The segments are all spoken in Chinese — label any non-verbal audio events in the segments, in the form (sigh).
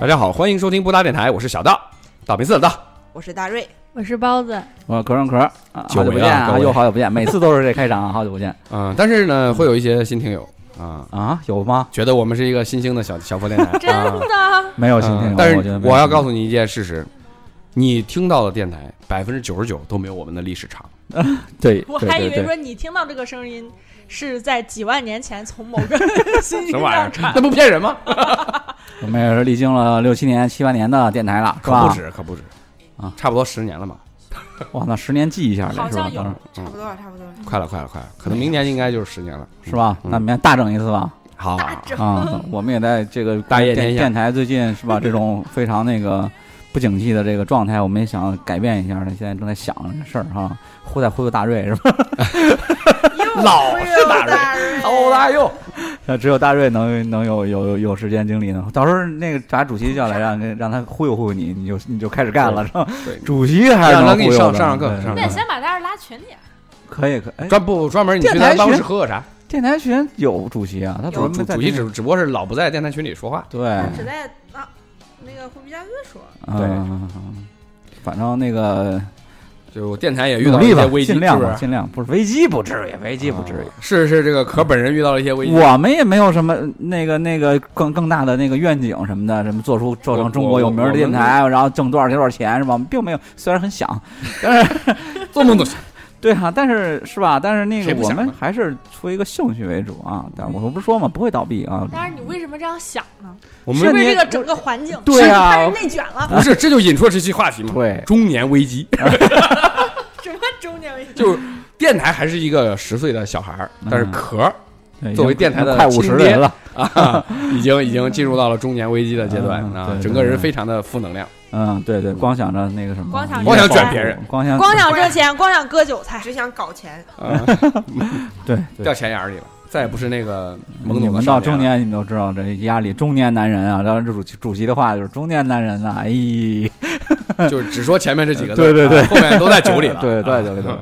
大家好，欢迎收听布达电台，我是小道，道明寺的道。我是大瑞，我是包子，我壳上壳，啊久好久不违见了各啊，位又好久不见，每次都是这开场，啊，好久不见嗯，但是呢，会有一些新听友 (laughs) 啊，啊，有吗？觉得我们是一个新兴的小小破电 (laughs) 台，真啊的，没有嗯新听友，但我觉得是没有我要告诉你一件事实，你听到的电台百分之九十九都没有我们的历史长。对， (laughs) 我对还以对为对说你听到这个声音是在几万年前从某 (laughs) 个新什星么玩意啊儿上传？那不骗人吗？我们也是历经了六七年、七八年的电台了，是可吧不？止，可不止啊差不多十年了嘛，哇，那十年记一下好来是吧像？有当时差不多了，差不多了。快了，快了，快了，可能明年应该就是十年了，是吧？嗯那明天大整一次 (laughs) 吧。好，啊，我们也在这个大业天电下电台最近是吧？这种非常那个不景气的这个状态，我们也想改变一下。现在正在想这事儿哈，忽在忽悠大瑞是吧？老是大瑞，瑞欧大佑，那只有大瑞能能有有有有时间精力呢。到时候那个把主席叫来，让那让他忽悠忽悠你，你就你就开始干了是吧？对，主席还是让他能给你忽悠上的上上课对上那课你先把大家拉群里啊，可以可以。哎，专不专门你去电台他办公室群喝喝茶，电台群有主席啊，他主怎么主没在主席电台只只不过是老不在电台群里说话，对只在那那个胡皮家哥说，对嗯，反正那个就电台也遇努到了一力些吧，危机，尽量是吧，不是尽量不是危机不至于，危机不至于。啊是是这个可本人遇到了一些危机，我们也没有什么那个那个更更大的那个愿景什么的，什么做出做成中国有名的电台，然后挣多少钱多少钱是吧？我们并没有，虽然很想，做梦都想。对啊，但是是吧？但是那谁个不我想呢们还是出一个兴趣为主啊。但我不是说嘛，不会倒闭啊。但是你为什么这样想呢？我是因们为你这个整个环境，对啊开始内卷了，不是，这就引出了这期话题嘛？对中年危机， (laughs) 什么中年危机？就是电台还是一个十岁的小孩儿，但嗯是壳儿对作为电台的快五十的人了，啊，已经已经进入到了中年危机的阶段嗯啊对，对整个人对非常的负 (laughs) 能量。嗯，对对，光想着那个什么，光想光想卷别人，光想光想挣钱，光想割韭菜，只想搞钱，啊，对对掉钱眼儿里了，再也不是那个懵你懂的们少年啊到中了。年，你们都知道这压力，中年男人啊，当然这主主席的话就是中年男人呐、哎，就是只说前面这几个字， (laughs) 对对对啊后面都在酒里了。 (laughs) 对对啊对对对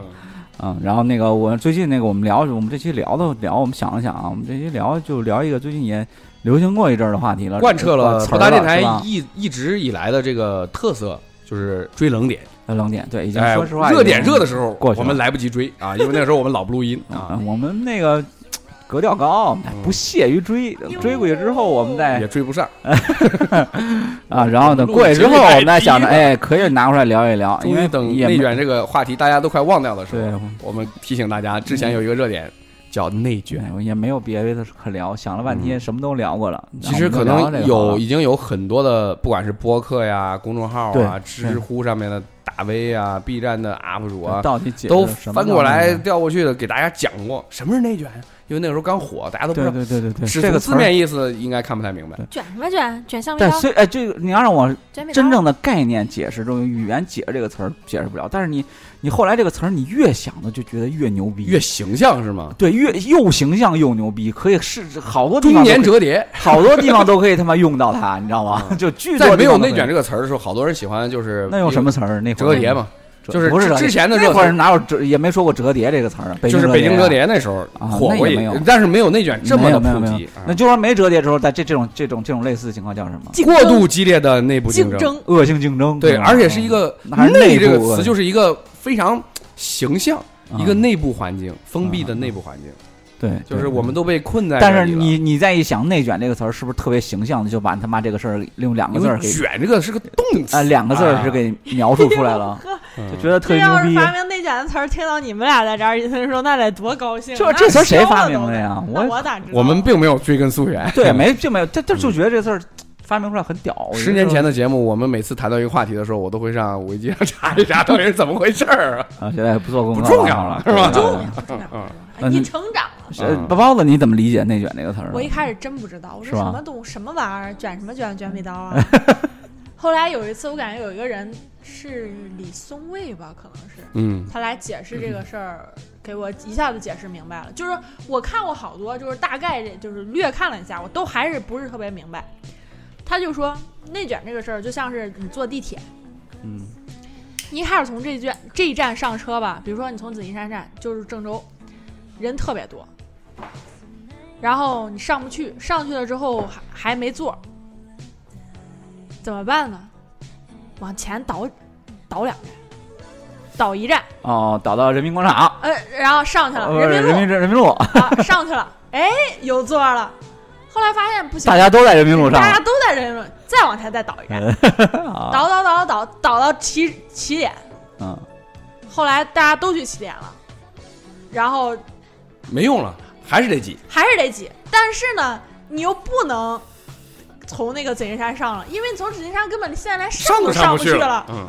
嗯啊、然后那个我最近那个我们聊，我们这期聊的聊，我们想了想啊，我们这期聊就聊一个最近也流行过一阵儿的话题了，呃贯彻了词普儿大了电台是吧一一直以来的这个特色，就是追冷点。呃冷点，对，已经哎，说实话，热点热的时候，过去我了们来不及追啊，因为那时候我们老不录 (laughs) 音候啊，我们那个格调高，哎不屑于追，追过去之后我们再也追不上。啊，然后等录过去之节目后我太们再低想着，了哎，可以拿过来聊一聊，终啊因于为等也内没卷这个话题大家都快忘掉的时对嗯候，。我们提醒大家，之前有一个热点叫内卷。对，也没有别的可聊，想了半天，嗯什么都聊过了。其实可能有已经有很多的，不管是播客呀、公众号啊、对知乎上面的大 V 啊、B 站的 UP 主我啊，到底解释都嗯什么翻叫过来内卷调过去的给大家讲过什么是内卷，因为那个时候刚火，大家都不知对道。对对对对，只这个从词字儿。面意思应该看不太明白。卷什么卷？卷橡皮但刀，虽哎，这个你要让我卷米刀真正的概念解释，这种语言解释这个词儿解释不了。但是你你后来这个词儿，你越想的就觉得越牛逼，越形象是吗？对越又形象又牛逼，可以是好多地中方都年可以折叠， (laughs) 好多地方都可以他妈用到它，你知道吗？就巨在没多地有方都内可以卷这个词儿的时候，好多人喜欢就是那用什么词儿？那会儿折叠嘛，折，就是不是之折叠之前的热那会儿词，哪有折也没说过折叠这个词儿啊，就是北京啊折叠那时候啊火那过也一没有，但是没有内卷这么的没有普没有没及有。啊那就说没折叠之后，在这这种这种这种类似的情况叫什么？竞过争度激烈的内部竞争，争，恶性竞争。对，吧而且是一个啊还是内部这个恶词，性就是一个非常形象，嗯一个内部环境，封闭的内部环境，啊对，就是对我们。都被困在这但里了。是你你再一想“内卷”这个词儿，是不是特别形象的就把他妈这个事儿用两个因字儿为给卷这个是个动词啊两个字儿是啊给描述出来 (laughs) 了，嗯就觉得特这别要牛是逼。发明内卷的词儿，听到你们俩在这儿一起说，那得多高兴！啊这那这词儿谁笑了发都明的得呀那我我咋知道？我们并没有追根溯源，对，没就没有，他他就觉得这字儿发明出来很屌。我觉得嗯十年前的节目，我们每次谈到一个话题的时候，我都会上维基上查一查到底是怎么回事儿啊。啊，现在不做功课不重要了是吧不重要，不重要。嗯你成长了。是包包子，你怎么理解“内卷”这个词儿呢？我一开始真不知道，我是说吧什么东什么玩意儿，卷什么卷，卷米刀啊。后来有一次，我感觉有一个人是李松蔚吧，可能是嗯，他来解释这个事儿，给我一下子解释明白了。就是我看过好多，就是大概这就是略看了一下，我都还是不是特别明白。他就说内卷这个事儿，就像是你坐地铁，嗯你一开始从这一站这一站上车吧，比如说你从紫金山站就是郑州，人特别多，然后你上不去，上去了之后还还没座儿，怎么办呢？往前倒，倒两站，倒一站，哦，倒到人民广场，呃，然后上去了，呃人人民民人民路，路啊，上去了，哎，有座儿了。后来发现不行，大家都在人民路上大家都在人民路，再往前再倒一站，啊，倒倒倒倒倒到起起点。嗯，后来大家都去起点了，然后没用了，还是得挤。还是得挤。但是呢，你又不能从那个紫金山上了，因为你从紫金山根本现在连都都上上不去了，嗯，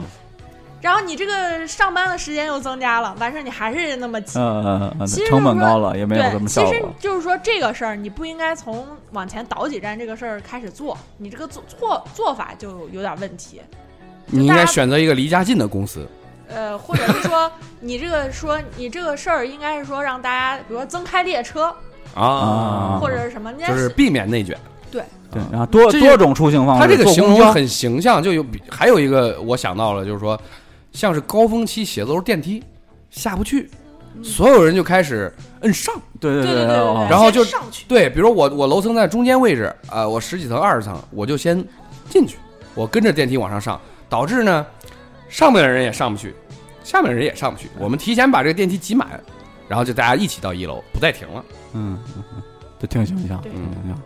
然后你这个上班的时间又增加了，完事儿你还是那么挤。嗯嗯嗯，其实成本就是说高了，也没有什对，么效其实果。就是说这个事儿，你不应该从往前倒几站这个事儿开始做，你这个做做做法就有点问题。你应该选择一个离家近的公司。呃，或者是说你这个说你这个事儿应该是说让大家，比如说增开列车啊或者是什么，应该就是是避免内卷。对，然后多嗯这多种出行哦方式，它这个坐形公容交很形象，就有比还有一个我想到了，就是说像是高峰期写字楼电梯下不去，所有人就开始摁上。对对对对对对哦对然后就先上去，对，比如我我楼层在中间位置，啊，我十几层二十层，我就先进去，我跟着电梯往上上，导致呢上面的人也上不去，下面的人也上不去。我们提前把这个电梯挤满，然后就大家一起到一楼，不再停了，嗯，嗯嗯就挺形象，对挺形象。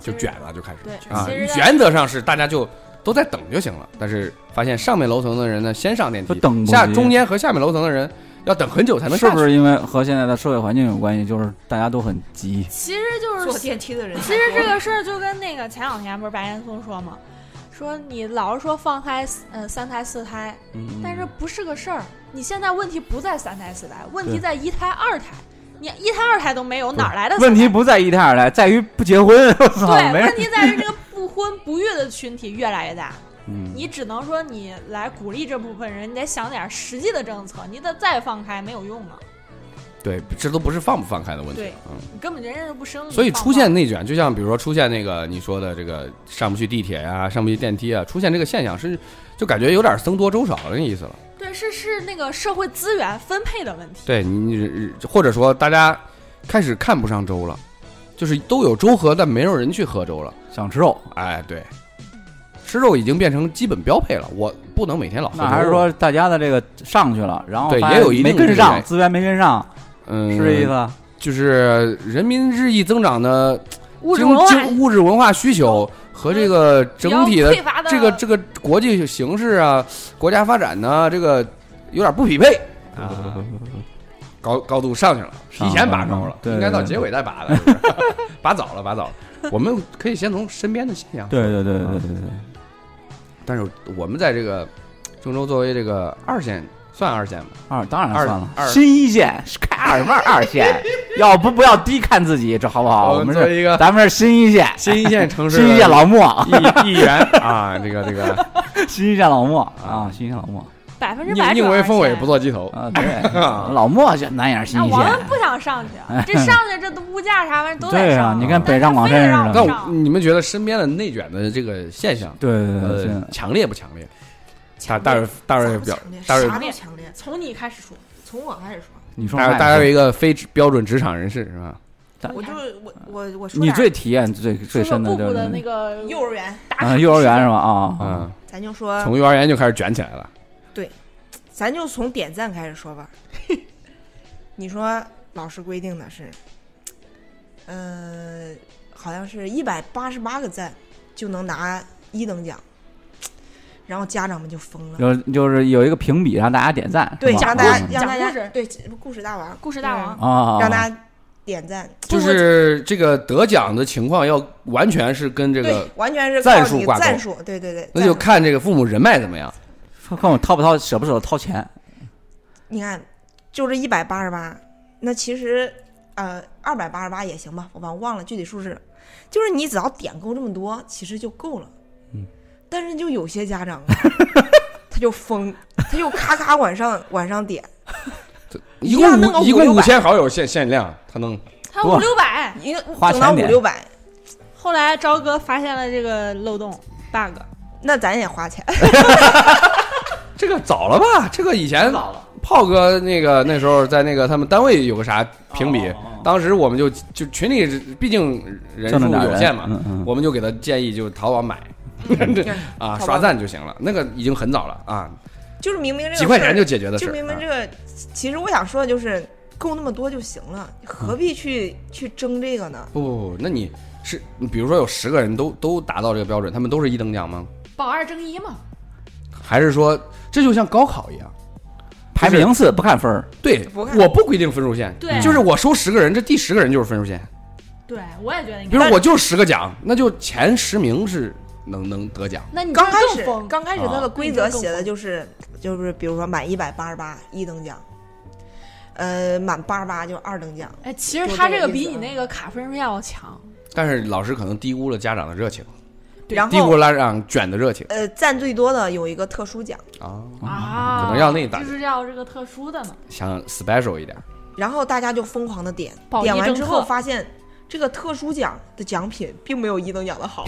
就卷了，就开始。对，啊其实，在原则上是大家就都在等就行了，但是发现上面楼层的人呢，先上电梯，都等不下及中间和下面楼层的人要等很久才能是上不去。是因为和现在的社会环境有关系？就是大家都很急，其实就是坐电梯的人太其多了。实这个事儿就跟那个前两天不是白岩松说嘛，说你老是说放胎，呃，三胎四胎，嗯但是不是个事儿。你现在问题不在三胎四胎，问对题在一胎二胎，你一胎二胎都没有，哪儿来的三胎问题？不在一胎二胎，在于不结婚。 (laughs) 我操，对，没人问。题在于这个不婚不育的群体越来越大，嗯你只能说你来鼓励这部分人，你得想点实际的政策，你得再放开没有用了，对，这都不是放不放开的问题对。嗯，你根本人家就不生。所以你放出放现内卷，就像比如说出现那个你说的这个上不去地铁呀、上不去电梯啊，出现这个现象是就感觉有点僧多粥少的那意思了。对是是那个社会资源分配的问题。对你你，或者说大家开始看不上粥了，就是都有粥喝，但没有人去喝粥了。想吃肉，哎，对，吃肉已经变成基本标配了，我不能每天老喝。那还是，说大家的这个上去了，然后对发现也有一定没的跟这上个资源，没跟上，嗯，是这意思？吧？就是人民日益增长的物质经文化嗯经物质文化需求和这个整体的比较匮乏的这个这个国际形势啊，国家发展呢、这个有点不匹配啊。高高度上去了，提前拔高了，对应该到对对结尾再拔的，是不是 (laughs) 拔早了，拔早了。我们可以先从身边的现象对对对对对对，但是我们在这个郑州作为这个二线，算二线吧，二当然二算了，二新一线是开二万二 (laughs) 线，要不不要低看自己，这好不我好？啊我们们作为是一 (laughs) 个咱们是新一线，新一线城市，新一线老莫，一一员啊，这个这 (laughs) 个，新一线老莫啊，新一线老莫百分之百宁宁转为而凤尾，现不做鸡头。 (laughs) 啊，对，老莫就难掩新那一我线们。不想上去，啊 (laughs) 这上去这都物价啥玩意儿都得对上啊，啊。你看北上但广非得深让似我的但们，我你们觉得身边的内卷的这个现象，对对对对呃，，强烈不强烈？啊大大瑞大大瑞表强烈，大瑞啥都强烈。从你开始说，从我开始说，你说大话大也瑞一个非职标准职场人士是吧？大我就是我我我是说你点最体验最说最说深的布就布是的那个幼儿园，打 (laughs) 啊卡幼儿园时是间吧？啊，啊嗯，咱就说，从幼儿园就开始卷起来了。咱就从点赞开始说 (laughs) 吧。你说老师规定的是，呃，好像是一百八十八个赞就能拿一等奖，然后家长们就疯呃了。就是就是有一个评比让大家点赞，对，是吧让大家啊让大讲故家事对故事大王，故事大王，啊，嗯，让啊大家点赞，就是这个得奖的情况要完全是跟这对个，，完全是赞靠数你挂钩赞数，对对对，那就赞数看这个父母人脉怎么样。看我掏不掏，舍不舍得掏钱，你看，就这一百八十八，那其实呃二百八十八也行吧，我忘忘了具体数字了。就是你只要点够这么多，其实就够了。嗯，但是就有些家长啊，他就疯，他就咔咔往上往上点，一一样共弄个五五一共六五百千好友限限量，他能他哇五六百。一个花整到钱五点六百，后来朝哥发现了这个漏洞 bug，那咱也 (laughs) 花钱。这个早了吧？这个以前早了炮哥那个那时候在那个他们单位有个啥评比，哦哦哦当时我们就就群里毕竟人就数那点有人限嘛，嗯嗯我们就给他建议就是淘宝买，这啊，好吧刷赞就行了，那个已经很早了啊，就是明明这个几块事儿钱就解决的事就儿。明明啊这个，其实我想说的就是够那么多就行了，何嗯必去、去争这个呢？不不不，那你是你比如说有十个人都都达到这个标准，他们都是一等奖吗？保二争一嘛，还是说这就像高考一样？排名次不看分儿，对，不看我不规定分数线，对就是我收十个人，这第十个人就是分数线。对我也觉得应比该。如我就十个奖，那就前十名是能能得奖。那你就刚开更始疯，刚开始它啊的规则写的就是就是比如说满一百八十八一等奖，呃，满八十八就二等奖。哎，其实就他这这个意个比思你啊那个卡分数线要强。但是老师可能低估了家长的热情，对然低估后了家长卷的热情呃，赞最多的有一个特殊奖，啊，嗯啊，可能要那一档就是要这个特殊的呢。想 special 一点。然后大家就疯狂的点保，一点完争之后特发现这个特殊奖的奖品并没有一等奖的好，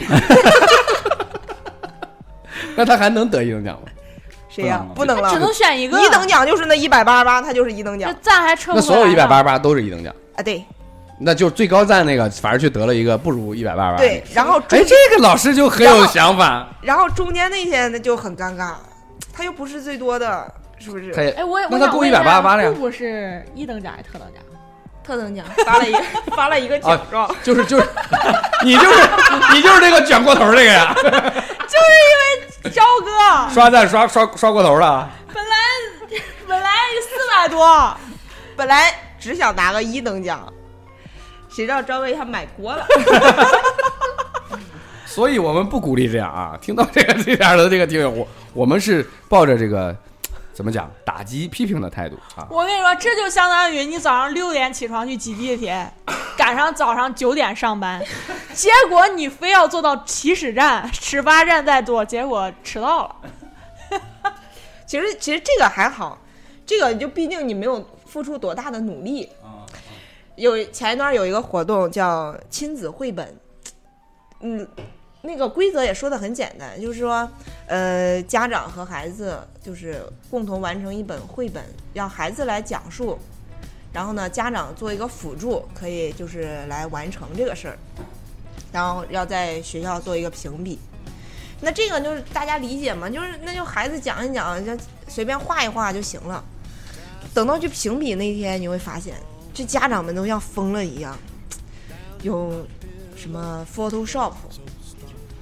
那他还能得一等奖吗？谁呀、不不能了，只能选一个一啊等奖就是那一百八十八，它就是一等奖这赞还撤不那回来所有呢一百八十八都是一等奖，啊，对那就最高赞那个反而去得了一个不如一百八十八。对，，然后中哎，这个老师就很有想法，然后中间那些那就很尴尬，他又不是最多的，是不是？他也 (laughs) 哎，我也那我他想故问意一下188了呀 (laughs) 布布是一等奖还是特 (laughs) 等奖？特等奖发了一个 (laughs) 发了一个奖状，就是就是， (laughs) 你就是你就是这个卷过头这个呀，就是因为肖哥刷赞刷刷刷过头了啊。本来本来四百多，本来只想拿个一等奖，谁知道张卫他买锅了，所以我们不鼓励这样啊！听到这个这样的这个听友，我我们是抱着这个怎么讲打击批评的态度啊。我跟你说，这就相当于你早上六点起床去挤地铁，赶上早上九点上班，结果你非要坐到起始站始发站再坐，结果迟到了。其实其实这个还好，这个就毕竟你没有付出多大的努力。有前一段有一个活动叫亲子绘本，嗯，那个规则也说的很简单，就是说，呃，家长和孩子就是共同完成一本绘本，让孩子来讲述，然后呢，家长做一个辅助，可以就是来完成这个事儿，然后要在学校做一个评比。那这个就是大家理解嘛，就是那就孩子讲一讲，就随便画一画就行了。等到去评比那天，你会发现，这家长们都像疯了一样，有什么 Photoshop，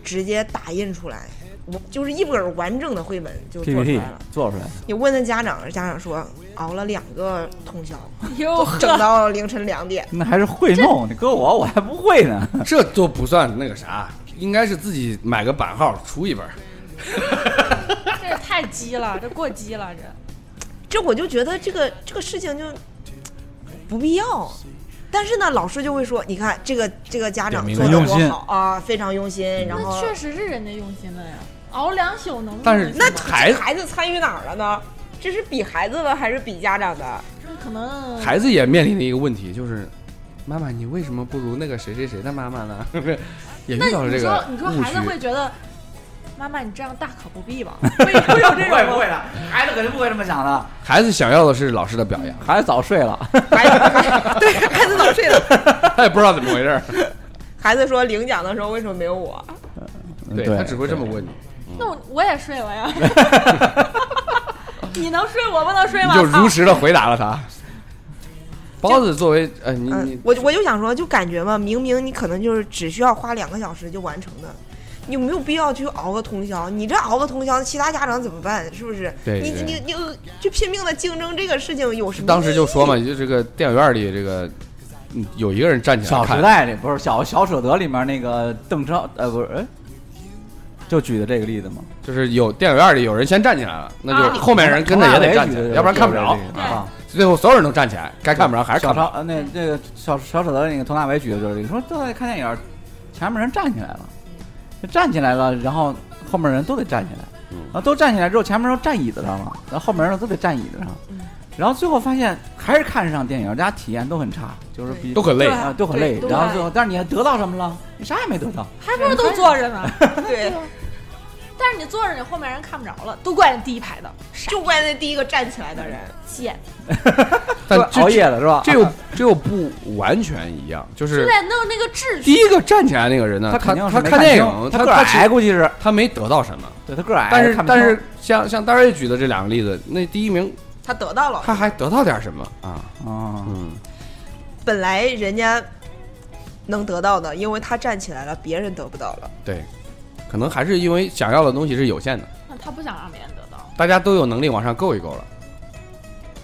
直接打印出来，我就是一本完整的绘本就做出 PPT 来了。做出来的，你问他家长，家长说熬了两个通宵，哟整到凌晨两点。那还是会弄，你搁我我还不会 (laughs) 呢。这都不算那个啥，应该是自己买个版号出一本。这太鸡了，这过激了，这这我就觉得这个这个事情就不必要。但是呢，老师就会说，你看这个这个家点长名做的很用多心好啊，非常用心。然那后确实是人家用心的呀，熬两宿能哦不但是能那行吗孩子哎孩子参与哪儿了呢？这是比孩子的还是比家长 (laughs) 的？那可能孩子也面临的一个问题就是，妈妈，你为什么不如那个谁谁谁的妈妈呢？ (laughs) 也那遇到了你这个说你说误孩子区。会觉得，妈妈你这样大可不必吧？ (laughs) 会会有 (laughs) 这不会种不吗会？的，孩子肯定不会这么想的，孩子想要的是老师的表扬，孩子早睡了，孩子 (laughs) 对孩子早睡了。 (laughs) 他也不知道怎么回 (laughs) 事儿，孩子说领奖的时候为什么没有我？对他只会这么问你，那我我也睡 (laughs) 了呀。你能睡我不能睡你吗？就如实的回答了他。包子作为呃，你嗯你，我我就想说，就感觉嘛，明明你可能就是只需要花两个小时就完成的，你有没有必要去熬个通宵？你这熬个通宵，其他家长怎么办？是不是？对你对你你呃就拼命的竞争这个事情有什么？当时就说嘛，，就这个电影院里这个，嗯有一个人站起来小时看，代》里不是小小舍得里面那个邓超，呃，不是，哎，就举的这个例子嘛。就是有电影院里有人先站起来了，那啊就是后面人跟着也得站起来，要不然看不着。对啊。啊。最后所有人都站起来，该看不着还是小看不超着。呃，那那个小小舍得那个佟大为举的就是这个，说都在看电影，前面人站起来了，站起来了，然后后面人都得站起来，嗯然后都站起来之后，前面都站椅子上了，然后后面人都得站椅子上，然后最后发现还是看这场电影，大家体验都很差，就是比都很累对，啊都很累，对然后最后但是你还得到什么了？你啥也没得到， (laughs) 还不如都坐着呢。对，但是你坐着，你后面人看不着了，都怪那第一排的傻就怪那第一个站起来的人。贱，但是吧熬夜啊了是吧？这又这又不完全一样，就就是在弄那个秩第序。一个站起来那个人呢，他肯定是他没看电清影，他他个他儿其实矮，估计是他没得到什么，对他个儿矮，但是看不但清是像像大瑞举的这两个例子，那第一名他得到了，他还得到点什么啊？啊，嗯，本来人家能得到的，因为他站起来了，别人得不到了。对，可能还是因为想要的东西是有限的，那他不想让别人得到，大家都有能力往上够一够了，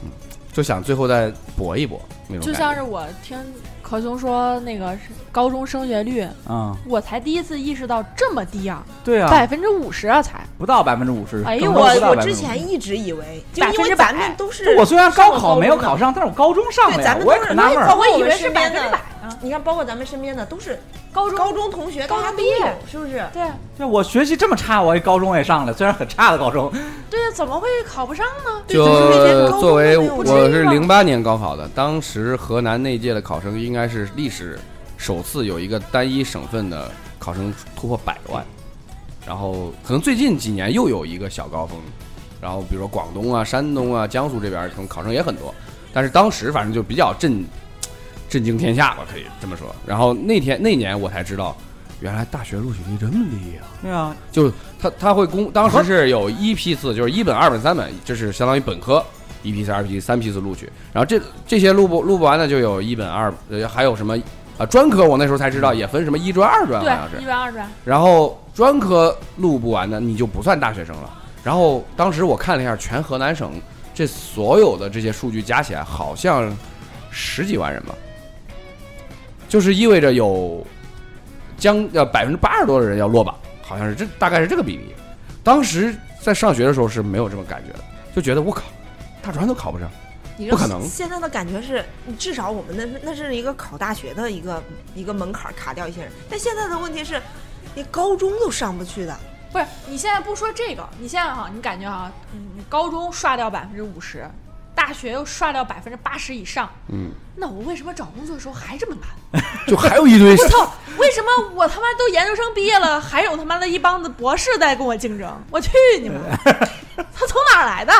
嗯，就想最后再搏一搏那种就感觉。像是我听可熊说那个是高中升学率，嗯，我才第一次意识到这么低啊，对啊，百分之五十啊才。不到百分之五十。哎呦更多我不到我百分之之前一直以为，就百分因为之百咱们都是50%我虽然上高过考没有考中上，但是我高中上对了咱呀，们我也都是很纳闷高儿考。哦我以为是我们百身边分之的百呢的，，你看包括咱们身边的都是高中高中同学，高大家中都毕业有，是不是？对对，我学习这么差，我高中也上了，虽然很差的高中。对，怎么会考不上呢？对就是那些高就中作为都没有我这是样零八年高考的，当时河南那届的考生应该是历史首次有一个单一省份的考生突破百万，然后可能最近几年又有一个小高峰，然后比如说广东啊、山东啊、江苏这边可能考生也很多，但是当时反正就比较震震惊天下吧，可以这么说。然后那天那年我才知道，原来大学录取率这么低啊！对啊，就他他会公，当时是有一批次，就是一本、二本、三本，这是相当于本科一批次、二批次、三批次录取。然后这这些录不录不完的就有一本、二，呃，还有什么啊专科，我那时候才知道也分什么一专、二专，好像对，啊是一。专二专，然后专科录不完的你就不算大学生了。然后当时我看了一下全河南省这所有的这些数据加起来，好像十几万人吧，就是意味着有将呃百分之八十多的人要落榜，好像是这大概是这个比例。当时在上学的时候是没有这种感觉的，就觉得我靠，大专都考不上，你不可能现在的感觉是，你至少我们那是那是一个考大学的一个一个门槛儿卡掉一些人，但现在的问题是，你高中都上不去的，不是你现在不说这个，你现在哈，你感觉哈，嗯你高中刷掉百分之五十，大学又刷掉百分之八十以上，嗯，那我为什么找工作的时候还这么难？ (laughs) 就还有一 (laughs) 堆我操！为什么我他妈都研究生毕业了，还有他妈的一帮子博士在跟我竞争？我去你们！他从哪儿来的？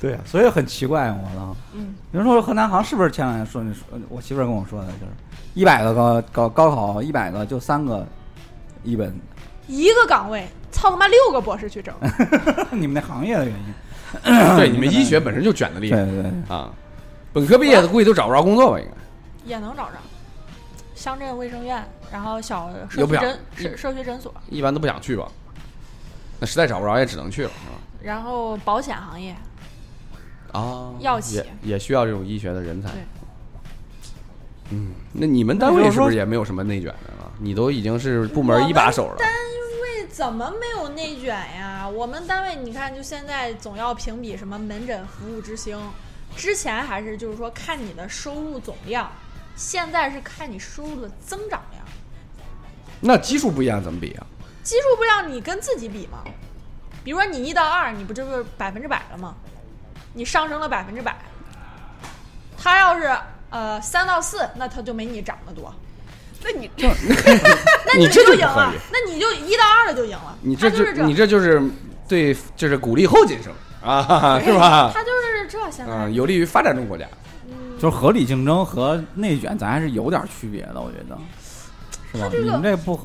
对啊，所以很奇怪我操。嗯，有人说河南好像是不是前两天说你说我媳妇儿跟我说的，就是一百个高高高考一百个就三个一本， (laughs) 一个岗位，操他妈六个博士去争，你们那行业的原因。对你们医学本身就卷的厉对害对对，啊，本科毕业的估计都找不着工作吧，应该。也能找着。乡镇卫生院，然后小社有不区了诊社社区诊所，一般都不想去吧？那实在找不着也只能去了，是然后保险行业，吧？啊药企也也需要这种医学的人才对。嗯，那你们单那位就是是说不是也没有什么内卷的了？你都已经是部门一把手了，这怎么没有内卷呀？我们单位你看，就现在总要评比什么门诊服务之星，之前还是就是说看你的收入总量，现在是看你收入的增长量。那基数不一样怎么比啊？基数不让你跟自己比吗？比如说你一到二，你不就是百分之百了吗？你上升了百分之百，他要是呃三到四，那他就没你涨得多，那你那你你这就赢不合了理，那你就一到二了就赢了。你这他啊就是你这就是对，就是鼓励后进生啊，哈哈是吧？他就是这现在。嗯，有利于发展中国家。就是合理竞争和内卷，咱还是有点区别的，我觉得，是吧？这个你们这不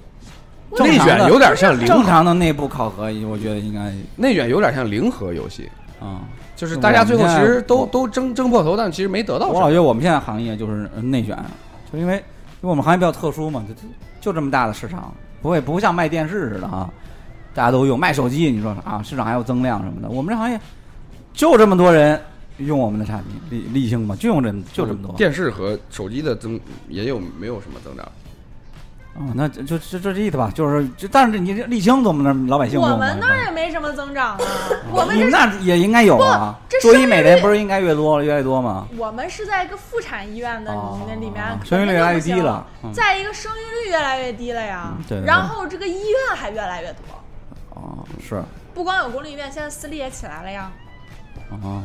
正内常的卷有点像零正和，常的内部考核，我觉得应该内卷有点像零和游戏，啊。就是我大家最后们其现在实都都争争破头，但其实没得到我什老么觉。得我们现在行业就是呃内卷，就因为因为我们行业比较特殊嘛，就就就这么大的市场，不会不像卖电视似的啊，大家都用卖手机，你说啊，市场还有增量什么的，我们这行业就这么多人用我们的产品，立立性嘛，就用这么就这么多。电视和手机的增也有没有什么增长？哦，那就就就这意思吧，就是就但是这你这沥青怎么能老百姓用我啊们是吧那儿也没什么增 (laughs) 长啊，我们你这们那也应该有啊不这，做生医美的育人不是应该越多越来越多吗？我们是在一个妇产医院的哦里面，里面生育率越来越低了嗯再一个生育率越来越低了呀嗯对对，对然后这个医院还越来越多，哦，是不光有公立医院，现在私立也起来了呀。哦，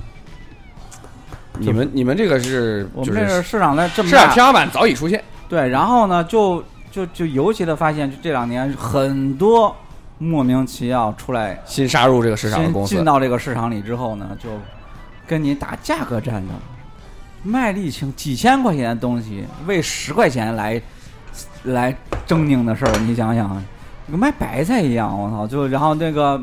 你们你们这个是我就们这个是市场在这么市大场天花板早已出现，对，然后呢，就就就尤其的发现，就这两年很多莫名其妙出来新杀入这个市场的进公进司，到这个市场里之后呢，就跟你打价格战的，卖力情几千块钱的东西，为十块钱来来狰狞的事儿，你想想，跟卖白菜一样，我操！就然后那个，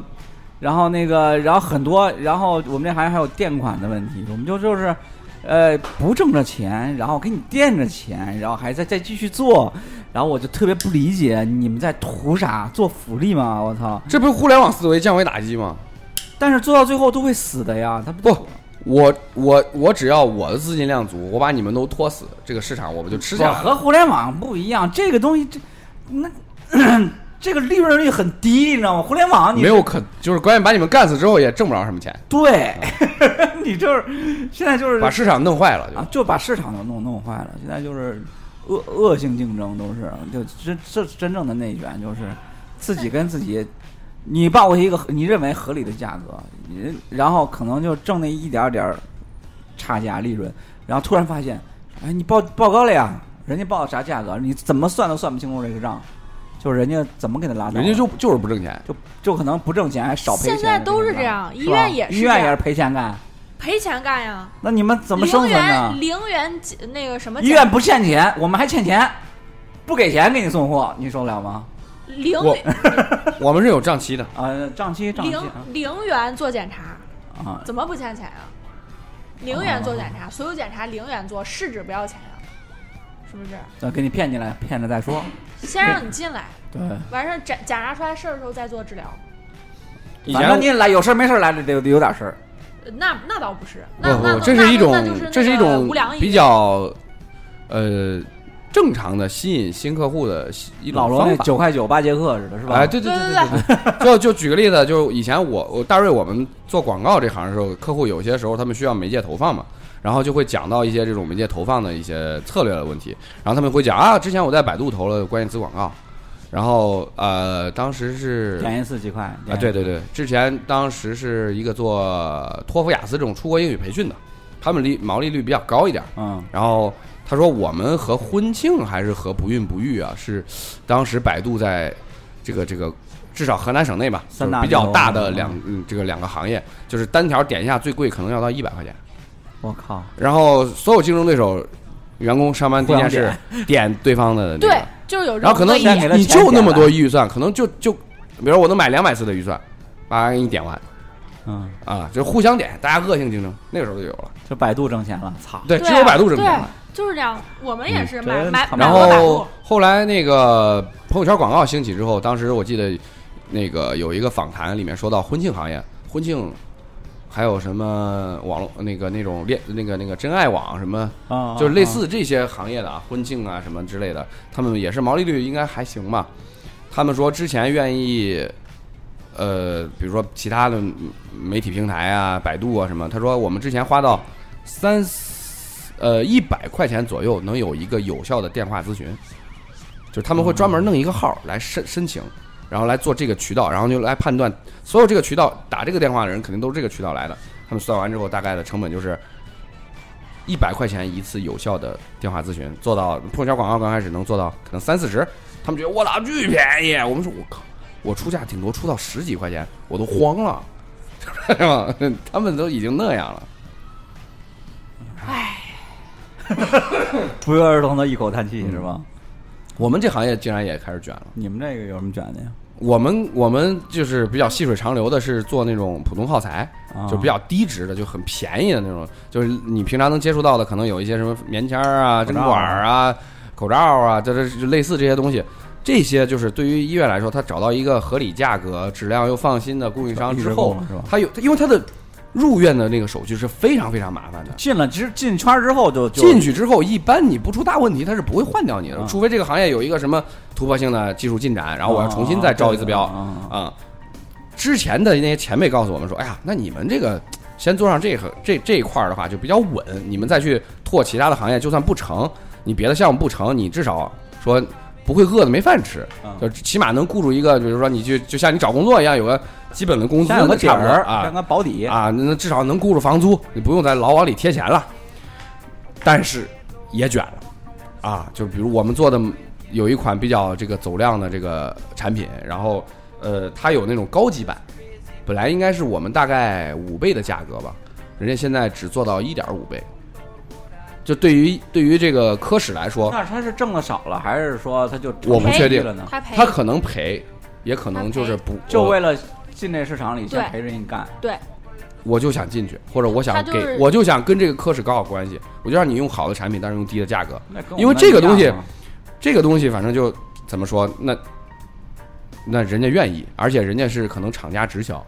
然后那个，然后很多，然后我们这行业还有垫款的问题，我们就就是。呃，不挣着钱，然后给你垫着钱，然后还在再继续做，然后我就特别不理解你们在图啥？做福利吗？我操！这不是互联网思维降维打击吗？但是做到最后都会死的呀，他不我我我只要我的资金量足，我把你们都拖死，这个市场我们就吃下我来和了。互联网不一样，这个东西这那 (coughs) 这个利润率很低，你知道吗？互联网你没有可就是关键把你们干死之后也挣不着什么钱，对， (laughs) 你就是现在就是把市场弄坏了就啊，就把市场都弄弄坏了。现在就是恶恶性竞争，都是就这这真正的内卷，就是自己跟自己，你报过去一个你认为合理的价格，你然后可能就挣那一点儿点儿差价利润，然后突然发现，哎，你报报高了呀，人家报的啥价格，你怎么算都算不清楚这个账，就是人家怎么给他拉倒了，人家就就是不挣钱。就就可能不挣钱还少赔钱，现在都是这样医院也是吧是医院这也样是赔钱干，赔钱干呀，那你们怎么生零存呢元？零元几那个什么啊医奖院不欠钱，我们还欠钱，不给钱给你送货，你受得了吗？零我我们是有账期的，啊、账期账期零零元做检查，啊，怎么不欠钱啊？零元做检查，所有检查零元做，试纸不要钱啊，是不是？要给你骗进来，骗着再说。先让你进来，对，完事儿检检查出来事儿的时候再做治疗。以反正前你来有事儿没事儿来得得有点事儿。呃那那倒不是，那不那不，这是一种那那就是那这是一个种无良比较呃正常的吸引新客户的一老种罗方那法。九块九八节课似的，是吧？哎，对对对对对对对，就就举个例子，就是以前我我大瑞我们做广告这行的时候，客户有些时候他们需要媒介投放嘛，然后就会讲到一些这种媒介投放的一些策略的问题，然后他们会讲啊，之前我在百度投了关键词广告，然后呃当时是点一次几块啊，对，对对，之前当时是一个做托福、雅思这种出国英语培训的，他们利毛利率比较高一点儿。嗯，然后他说我们和婚庆还是和不孕不育啊，是当时百度在这个这个至少河南省内吧，三就是大比较大的巨头两嗯这个两个行业，就是单条点一下最贵可能要到一百块钱。我靠，然后所有竞争对手员工上班第一件事点对方的、那个，对，就是有这种然后可能恶意先给他你你钱就点那么完多预算，可能就就，比如我能买两百次的预算，把给你点完。嗯，啊，就是互相点，大家恶性竞争，那个时候就有了。这百度挣钱了，操！对，对只有啊百度挣钱对了。，就是这样。我们也是嗯买真买他妈买然过百度后，后来那个朋友圈广告兴起之后，当时我记得那个有一个访谈里面说到婚庆行业，婚庆还有什么网络那个那种恋那个那个真爱网什么，啊，就是类似这些行业的啊，婚庆啊什么之类的，他们也是毛利率应该还行吧。他们说之前愿意，呃，比如说其他的媒体平台啊，百度啊什么，他说我们之前花到三呃一百块钱左右能有一个有效的电话咨询，就是他们会专门弄一个哦号来申申请，然后来做这个渠道，然后就来判断所有这个渠道打这个电话的人肯定都是这个渠道来的。他们算完之后，大概的成本就是一百块钱一次有效的电话咨询，做到朋友圈广告刚开始能做到可能三四十，他们觉得我操巨便宜，啊我们说我靠，我出价顶多出到十几块钱，我都慌了，是吧？ (laughs) 他们都已经那样了。啊不约而同的一口叹气，是嗯吧？我们这行业竟然也开始卷了。你们这个有什么卷的呀？我们我们就是比较细水长流的，是做那种普通耗材啊，就比较低值的，就很便宜的那种，就是你平常能接触到的，可能有一些什么棉签儿啊、口针罩啊管儿啊、口罩啊，这这就类似这些东西。这些就是对于医院来说，它找到一个合理价格、质量又放心的供应商之找到一后个是吧，它有，它因为它的入院的那个手续是非常非常麻烦的。进了，其实进圈儿之后就就进去之后，一般你不出大问题，它是不会换掉你的啊，除非这个行业有一个什么突破性的技术进展，然后我要重新再招一次标啊啊啊啊、之前的那些前辈告诉我们说，哎呀，那你们这个先做上这个这这一块儿的话，就比较稳，你们再去拓其他的行业，就算不成，你别的项目不成，你至少说不会饿的没饭吃，啊就起码能雇住一个，比如说你就就像你找工作一样，有个基本的工资先有个底差不多儿，啊先，个保底，啊，那那至少能顾住房租，你不用再老往里贴钱了。但是也卷了啊，就比如我们做的有一款比较这个走量的这个产品，然后呃，它有那种高级版，本来应该是我们大概五倍的价格吧，人家现在只做到一点五倍。就对于对于这个科室来说，那他是挣的少了，还是说他就哦我不确定了呢？他赔他可能赔，也可能就是不，就我为了进这市场里先对陪着你干，对我就想进去，或者我想他就给，是我就想跟这个科室搞好关系，我就让你用好的产品，但是用低的价格。那跟我因为们这个东西一样啊这个东西反正就怎么说，那那人家愿意，而且人家是可能厂家直销，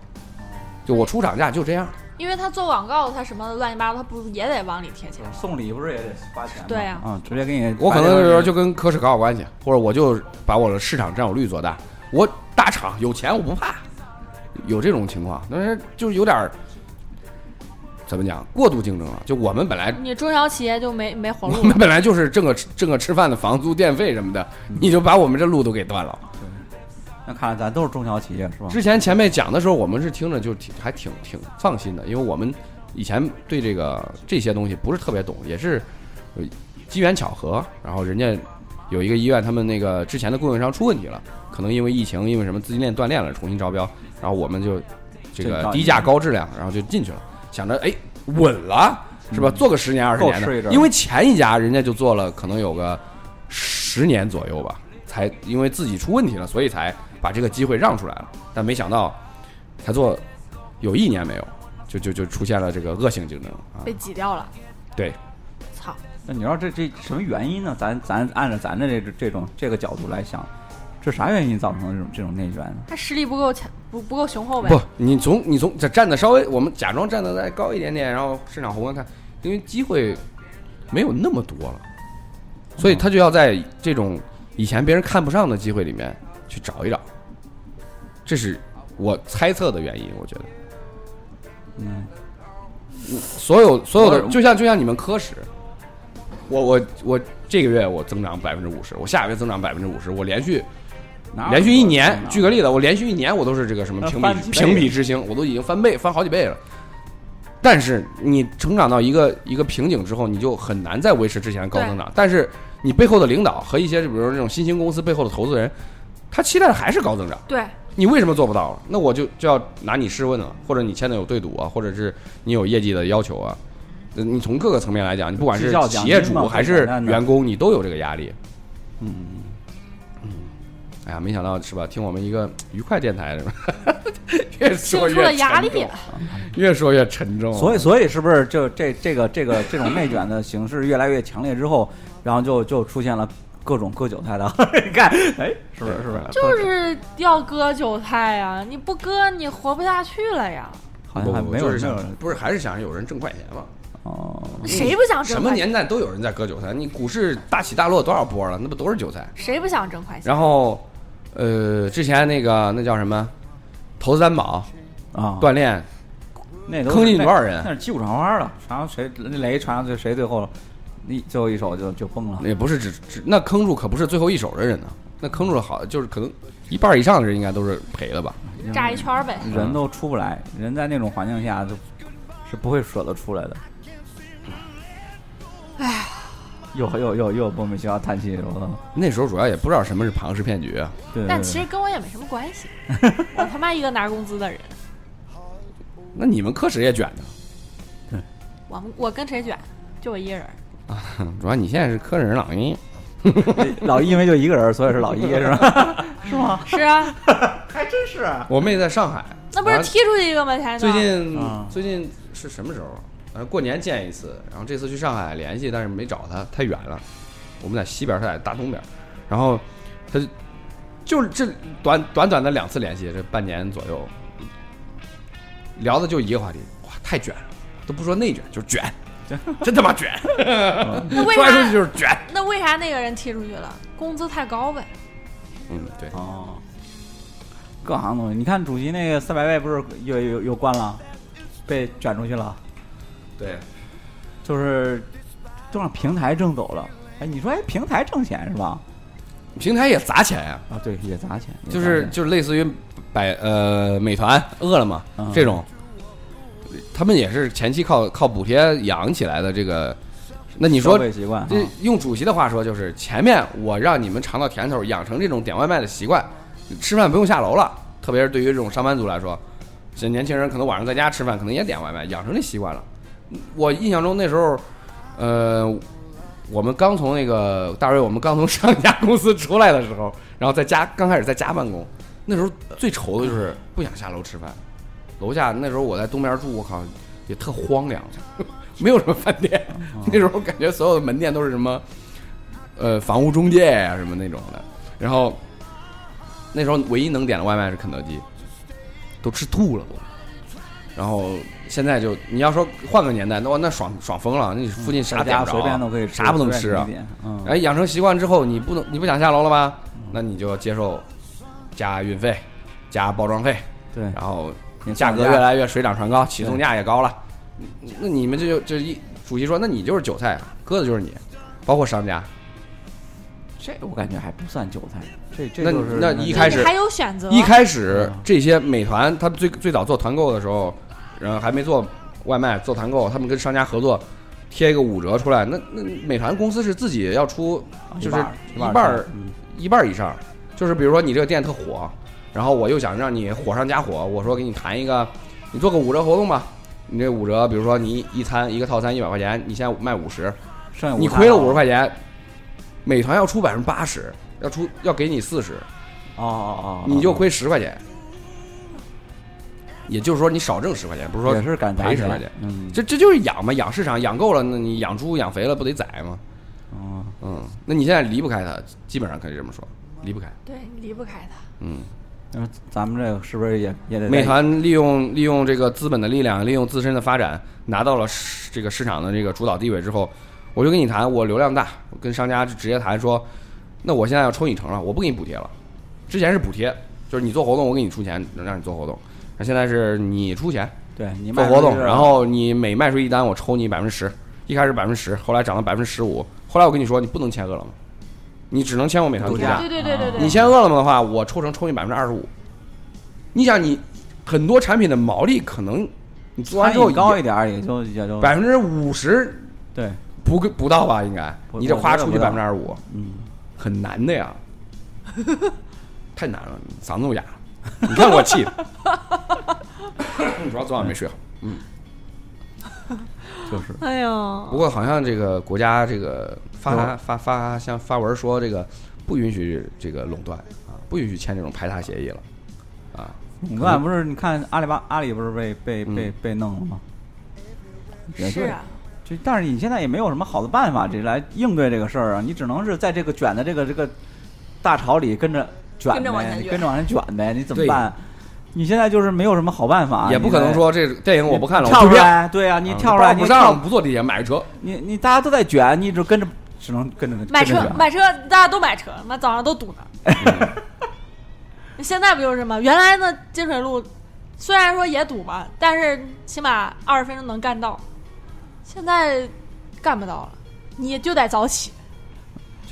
就我出厂价就这样。因为他做广告，他什么的乱七八糟，他不也得往里贴钱？送礼不是也得花钱吗？对啊啊，直接给你，我可能就是说就跟科室搞好关系，或者我就把我的市场占有率做大。我大厂有钱我不怕，有这种情况，但是就是有点儿怎么讲过度竞争了。就我们本来你中小企业就没没活我路们了。本来就是挣个挣个吃饭的房租、电费什么的，你就把我们这路都给断了。那看来咱都是中小企业是吧？之前前辈讲的时候，我们是听着就挺还挺挺放心的，因为我们以前对这个这些东西不是特别懂，也是呃机缘巧合，然后人家有一个医院，他们那个之前的供应商出问题了，可能因为疫情，因为什么资金链断裂了，重新招标，然后我们就这这个高低价高质量，然后就进去了，想着哎稳了是吧？嗯做个十年二十够年吃一的，阵儿因为前一家人家就做了，可能有个十年左右吧，才因为自己出问题了，所以才把这个机会让出来了。但没想到，才做有一年没有，就就就出现了这个恶性竞争啊被！挤掉了，对，操！那你知道这这什么原因呢？咱咱按照咱的这这种这个角度来想，这啥原因造成的这种这种内卷呢？他实力不够强，不不够雄厚呗。不，你从你从这站的稍微，我们假装站的再高一点点，然后市场宏观看，因为机会没有那么多了，所以他就要在这种以前别人看不上的机会里面去找一找，这是我猜测的原因，我觉得。嗯，所有所有的我，就像就像你们科室，我我我这个月我增长百分之五十，我下个月增长百分之五十，我连续哪有连续一年，这种举个例子，我连续一年我都是这个什么那评翻几比倍评比之星，我都已经翻倍翻好几倍了。但是你成长到一个一个瓶颈之后，你就很难再维持之前的高增长。但是你背后的领导和一些比如说这种新兴公司背后的投资人，他期待的还是高增长。对，你为什么做不到？那我就就要拿你试问了，或者你签的有对赌啊，或者是你有业绩的要求啊。呃你从各个层面来讲，你不管绩是效奖企业金嘛主还很是简单的员工，你都有这个压力。嗯，哎呀，没想到是吧？听我们一个愉快电台是吧？ (laughs) 越生说出越了压沉力啊重，。越说越沉重。啊所以以所以是不是就这这个这个这种内卷的形式越来越强烈之后，然后就就出现了各种割韭菜的？ (laughs) 你看，哎，是不是是不是？就是要割韭菜呀、你不割你活不下去了呀。好像还没有就是人没想有人不是还是想有人挣快钱嘛？哦，谁不想什挣快么钱？年代都有人在割韭菜，你股市大起大落多少波了？那不都是韭菜？谁不想挣快钱？然后，呃，之前那个那叫什么，投资担保啊，锻炼，那都坑进那多少人那是击鼓传花了，传到谁那雷传上去，谁最后一最后一手就就崩了。也不是只只那坑住可不是最后一手的人呢、那坑住了好就是可能一半以上的人应该都是赔了吧？炸一圈儿呗。人都出不来，人在那种环境下就是不会舍得出来的。哎，又又又又莫名其妙叹气，我操！那时候主要也不知道什么是庞氏骗局啊，对，但其实跟我也没什么关 (laughs) 系，我他妈一个拿工资的人，那你们科室也卷呢。我们我跟谁卷？就我一个人儿。 (laughs) 哼嗯主要你现在是科室老一，对 (laughs) 老一因为就一个人，所以是老一，是吧？是吗？是啊，还真是。我妹在上海，啊那不是踢出去一个吗？前一最段近、啊最近是什么时候？反正过年见一次，然后这次去上海联系，但是没找他，太远了。我们在西边，他在大东边，然后他就就这短短短的两次联系，这半年左右，聊的就一个话题，哇，太卷了，都不说内卷，就是卷，真他妈卷，那 (laughs) 为说来说去啥就是卷。那为啥那个人踢出去了？工资太高呗。嗯，对， (laughs) 哦，各行东西，你看主席那个四百位不是又又又关了，被卷出去了，对，就是都让平台挣走了。哎，你说哎，平台挣钱是吧？平台也砸钱呀、啊，对，也砸钱，也砸就是钱就是类似于百呃美团、饿了么嗯这种，他们也是前期靠靠补贴养起来的这个。那你消说费习惯，这啊用主席的话说，就是前面我让你们尝到甜头，养成这种点外卖的习惯，吃饭不用下楼了，特别是对于这种上班族来说，这年轻人可能晚上在家吃饭，可能也点外卖，养成这习惯了。我印象中那时候，呃，我们刚从那个大瑞，我们刚从上一家公司出来的时候，然后在家刚开始在家办公，那时候最愁的就是不想下楼吃饭。楼下那时候我在东边住，我靠，也特荒凉， (laughs) 没有什么饭店。嗯那时候感觉所有的门店都是什么，呃，房屋中介呀、什么那种的。然后那时候唯一能点的外卖是肯德基，都吃吐了我。然后现在就你要说换个年代，那我那爽爽疯了，那附近啥在点家不着啊随便都可以吃，啥不能吃啊随。便你点嗯，哎，养成习惯之后，你不能你不想下楼了吧？那你就要接受加运费、加包装费，对，然后你嗯价格放越假来越水涨船高，起送价也高了。你那你们这就这一主席说，那你就是韭菜啊，割的就是你，包括商家。这我感觉还不算韭菜，这这那就你是那一开始你还有选择，一开始这些美团，他们最最早做团购的时候，然后还没做外卖，做团购，他们跟商家合作，贴一个五折出来。那那美团公司是自己要出，就是哦一一半半儿儿嗯一半儿以上。就是比如说你这个店特火，然后我又想让你火上加火，我说给你谈一个，你做个五折活动吧。你这五折，比如说你一餐一个套餐一百块钱，你现在卖五十，剩下你亏了五十块钱，美团要出百分之八十，要出要给你四十，哦哦哦，你就亏十块钱。也就是说，你少挣十块钱，不是说也是敢砸赔钱十块钱，嗯，这这就是养嘛，养市场，养够了，那你养猪养肥了，不得宰吗？哦嗯，那你现在离不开它，基本上可以这么说，离不开。对你离不开它。嗯，那咱们这个是不是也也得美团利用利用这个资本的力量，利用自身的发展，拿到了市这个市场的这个主导地位之后，我就跟你谈，我流量大，我跟商家就直接谈说，那我现在要抽你成了，我不给你补贴了。之前是补贴，就是你做活动我给你出钱，让你做活动，那现在是你出钱对你做卖活动，出去然后你每卖出一单我抽你百分之十，一开始百分之十，后来涨到百分之十五，后来我跟你说你不能签饿了么，你只能签我美团独独家家对。对对对啊对，你先饿了么的话，我抽成抽你百分之二十五。你想，你很多产品的毛利可能你做完之后餐饮高一点儿也就也就百分之五十对，不不到吧？应该不你这花出去我觉百分得不之二十五，嗯，很难的 (laughs) 呀，太难了，嗓子都哑了。你看我气的， (laughs) 主要昨晚没睡好。就是哎不呦，过好像这个国家这个发发发像发文说这个不允许这个垄断啊，不允许签这种排他协议了啊。垄断不是？你看阿里巴阿里不是被被被嗯被弄了吗？也是对啊，就但是你现在也没有什么好的办法，这来应对这个事儿啊，你只能是在这个卷的这个这个大潮里跟着卷呗，跟着往前你卷跟着往前卷呗，你怎么对办？你现在就是没有什么好办法，也不啊你可能在说这个电影我不看了，跳我出不票。来，对啊，你啊跳出来，报你不跳上，不坐地铁，买个车。你你大家都在卷，你就跟着，只能跟着买跟着车卷买车，大家都买车，妈早上都堵呢。 (laughs) 现在不就是吗？原来呢，金水路虽然说也堵吧，但是起码二十分钟能干到，现在干不到了，你就得早起。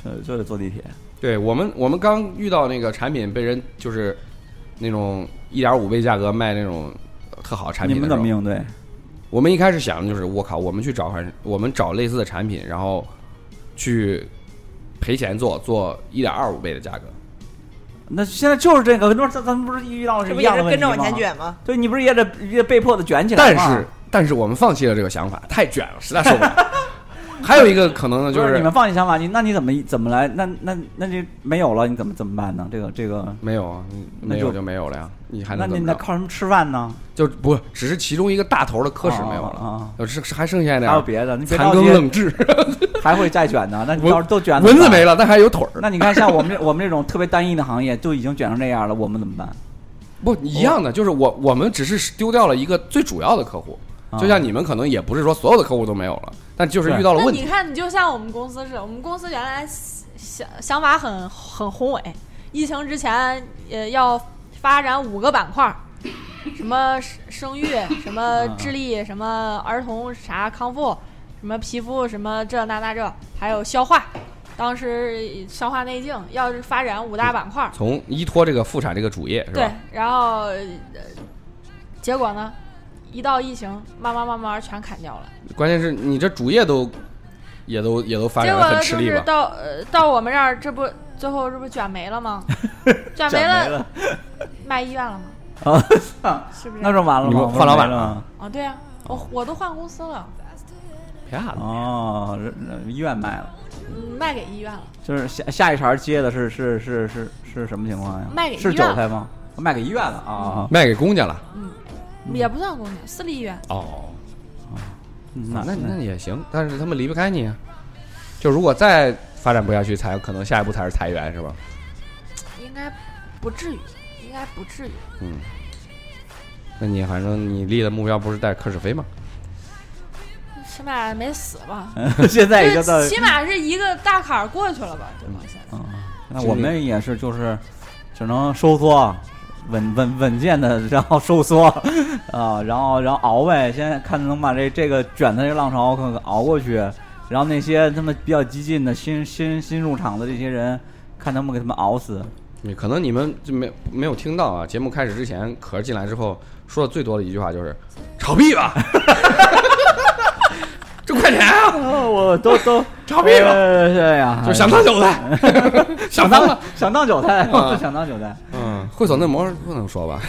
就就得坐地铁。对我们，我们刚遇到那个产品被人就是那种一点五倍价格卖那种特好产你品的们时怎候么，应对？我们一开始想的就是我靠，我们去找还是我们找类似的产品，然后去赔钱做做一点二五倍的价格。那现在就是这个，那咱咱们不是遇到这是不一也样是的跟着问题吗？往前，卷吗？对你不是也得也被迫的卷起来但吗？是但是我们放弃了这个想法，太卷了，实在受不了。 (laughs) 还有一个可能呢，不就是你是们放弃想法，你那你怎么怎么来？那那那就没有了，你怎么怎么办呢？这个这个，没有啊，那没有就就没有了呀，你还那能你怎么那着？靠什么吃饭呢？就不只是其中一个大头的科室没有啊啊了，呃剩还剩下还有点别的？你别残着羹急，冷炙， (laughs) 还会再卷呢。那你蚊到时候都卷了蚊子怎么办没了，但还有腿儿，那你看，像我们这我们这种特别单一的行业，就已经卷成这样了，我们怎 (laughs) 么办？ (laughs) 不一样的，就是我我们只是丢掉了一个最主要的客户，啊就像你们可能也不是说所有的客户都没有了，但就是遇到了那问你题，看，你就像我们公司似的，我们公司原来想想法很很宏伟，疫情之前呃要发展五个板块儿，什么生生育，什啊么智力，什么儿童啥康复，什么皮肤，什么这那那这，还有消化。当时消化内镜要是发展五大板块儿，从依托这个妇产这个主业是对吧？，然后、呃、结果呢，一到疫情，慢慢慢慢全砍掉了。关键是你这主业都也都也都发结展果的很呢，吃就力是吧？到呃到我们这儿，这不最后这不卷没了吗？卷没卷没了，了，卖医院了吗？啊，操是不是？ (laughs) 那就完了你吗？换老板了了吗啊，对呀、我我都换公司了，骗子。哦，人医院卖了，嗯卖给医院了。就是下下一茬接的是是是是是什么情况呀？卖给医院是韭菜吗？卖给医院了啊？卖给公家了。嗯，也不算公家，私立医院。哦，嗯那那也行，但是他们离不开你啊。就如果再发展不下去，才有可能下一步才是裁员，是吧？应该不至于，应该不至于。嗯。那你反正你立的目标不是带柯史菲吗？起码没死吧？哎那 (laughs) 现在已经到就是起码是一个大坎儿过去了吧？对吧？现在嗯，那我们也是，就是只能收缩，稳稳稳健的，然后收缩，啊，然后然后熬呗，先看能把这这个卷的这个浪潮给熬过去，然后那些他们比较激进的新新新入场的这些人，看能不能给他们熬啊死。你可能你们就没没有听到啊。节目开始之前，可儿进来之后说的最多的一句话就是“炒币 (laughs) 吧，挣快钱啊啊，我都 (laughs) 都炒屁股呃对呀，”，就想当韭菜， (laughs) 想想当了当。想当韭菜，啊就 (laughs) 想当韭菜，嗯，会所嫩模不能 (laughs) 说吧？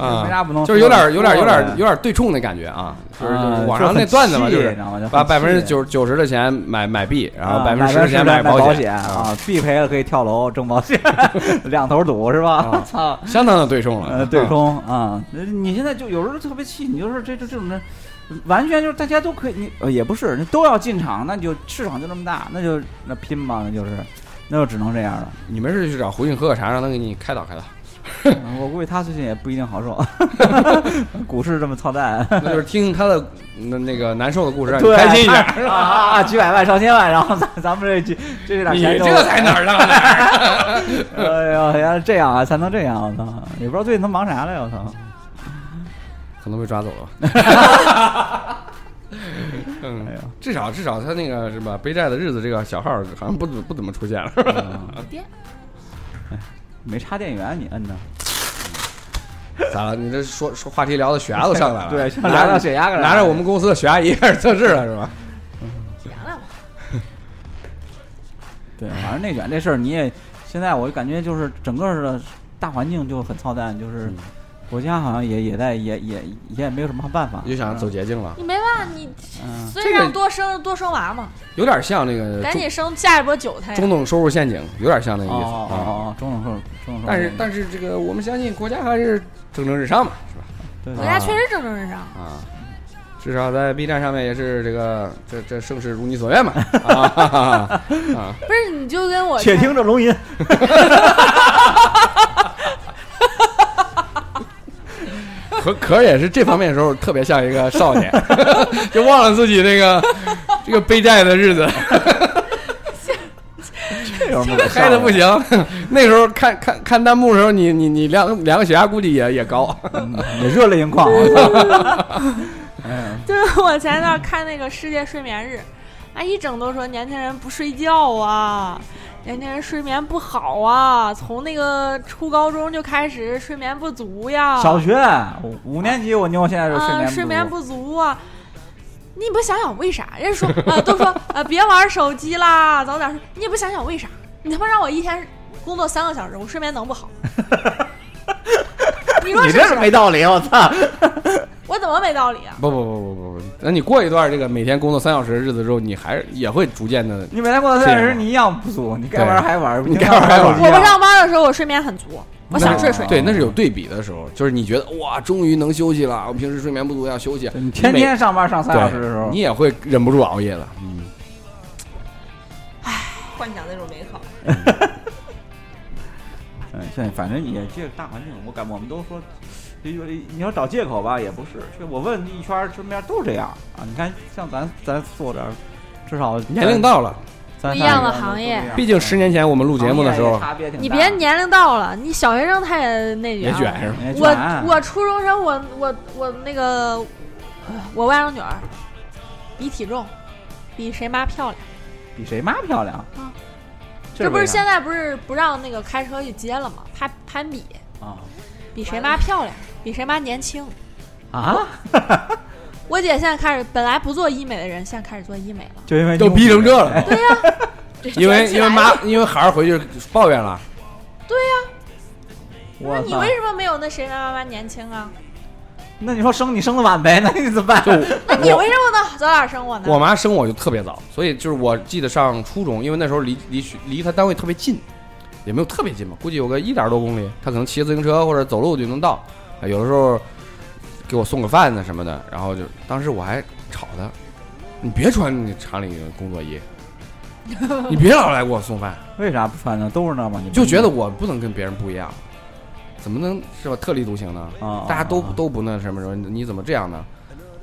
啊没啥不能说的，就是有点有点有点有点点对冲的感觉啊，就是啊网上那段子嘛，就就很气是然后就很把百分之气九九十的钱买买币，然后啊百分之十买的钱买保保险，啊，必赔了可以跳楼挣保 (laughs) 险，两头堵是吧啊？操，相当的对冲了。呃，对冲啊，呃你现在就有时候特别气，你就是这这这种人，完全就是大家都可以，你呃也不是，你都要进场，那你就市场就这么大，那就那拼嘛，那就是。那就只能这样 (laughs) 了，你没事去找胡静喝个茶，让他给你开导 (laughs) 开导，嗯我估计他最近也不一定 (laughs) 好受，股市这么操蛋，那就是听他的那那个难受的故事，让你对，开心一点。 (laughs) 啊啊啊！几百万、上千万，然后咱咱们这几这是 (laughs) 点你钱这就，个才哪儿上哪儿？ (laughs) 哎呀，原来这样啊，才能这样！我操，也不知道最近他忙啥了，我操。可能被抓走了。 (laughs) 嗯哎呀，至少至少他那个什么背债的日子，这个小号好像不怎不怎么出现了。爹，没插电源，你摁的。咋了？你这说说话题聊到血压都上来了， (laughs) 对像拿聊到着血压上来了拿着我们公司的血压仪开始测试了是吧？原来吧，对，反正内卷这事儿，你也现在我就感觉就是整个的大环境就很操蛋，就是嗯国家好像也也在也也也没有什么办法。你就想走捷径了，你没办法，你嗯，所以这个让多生多生娃嘛，有点像那个赶紧中生下一波韭菜呀。啊中等收入陷阱，有点像那哦个意思哦哦啊。哦，中等收入，中等收入。但是但是这个我们相信国家还是蒸蒸日上嘛，是吧？对国对家确实蒸蒸日上，啊，至少在 B 站上面也是这个这这盛世如你所愿 (laughs) 嘛啊哈哈哈啊！不是你就跟我啊且听着龙吟。可可也是这方面的时候特别像一个少年， (laughs) 就忘了自己那个这个背债的日子。有 (laughs) 什么可笑嗨的不行， (laughs) 那时候看看看弹幕的时候，你你你量量个血压估计也也高。嗯也热泪盈 (laughs) 眶。我操哎呀， (laughs) 就是我前一段看那个世界睡眠日，啊，一整都说年轻人不睡觉啊，年轻人睡眠不好啊，从那个初高中就开始睡眠不足呀，小学五五年级我妞现在就睡啊、眠睡足眠不足啊。你也不想想为啥？人家说啊、呃都说啊、呃别玩手机啦，早点睡。你也不想想为啥？你他妈让我一天工作三个小时，我睡眠能不 (laughs) 好？你说你是这不是是？没道理，我操！我怎么没道理啊？不不不不不不，那你过一段这个每天工作三小时的日子之后，你还是也会逐渐的。你每天过到三小是时，吗你一样不足，你该玩对还玩，你该玩还玩不我该不玩上班的时候，我睡眠很足，我想睡睡。对，那是有对比的时候，就是你觉得哇，终于能休息了，我平时睡眠不足要休息。你天每天上班上三小时的时对，候你，也会忍不住熬夜的。嗯，幻想那种美好。嗯，现在反正也这个大环境，我感我们都说，就有你要找借口吧，也不是。就我问一圈儿，身边都是这样啊。你看，像咱咱坐这儿，至少年龄，到了，咱不一样的行业毕竟十年前我们录节目的时候你别年龄到了，你小学生他也那也样。卷啊是吧？年我我初中生，我我我那个，我外甥女儿，比体重，比谁妈漂亮。比谁妈漂亮啊？这为啊不是啥现在不是不让那个开车去接了吗？攀攀比，啊比谁妈漂亮，比谁妈年轻。啊？ (laughs) 我姐现在开始，本来不做医美的人，现在开始做医美了。就因为都你逼成这了，对呀、 (laughs) 因为因为妈因为孩儿回去抱怨了，对呀、那我你操！为什么没有那谁妈妈年轻啊？那你说生你生的晚呗，那你怎么办？就那你为什么能早点生我呢？我妈生我就特别早，所以就是我记得上初中，因为那时候离离学离她单位特别近，也没有特别近吧，估计有个一点多公里，她可能骑自行车或者走路就能到。啊有的时候给我送个饭呢啊什么的，然后就当时我还吵她，你别穿你厂里的工作衣，你别老来给我送饭，为啥不穿呢？都是那吗？你就觉得我不能跟别人不一样，怎么能是吧特立独行呢？啊，大家都啊都不那什么什么，你怎么这样呢？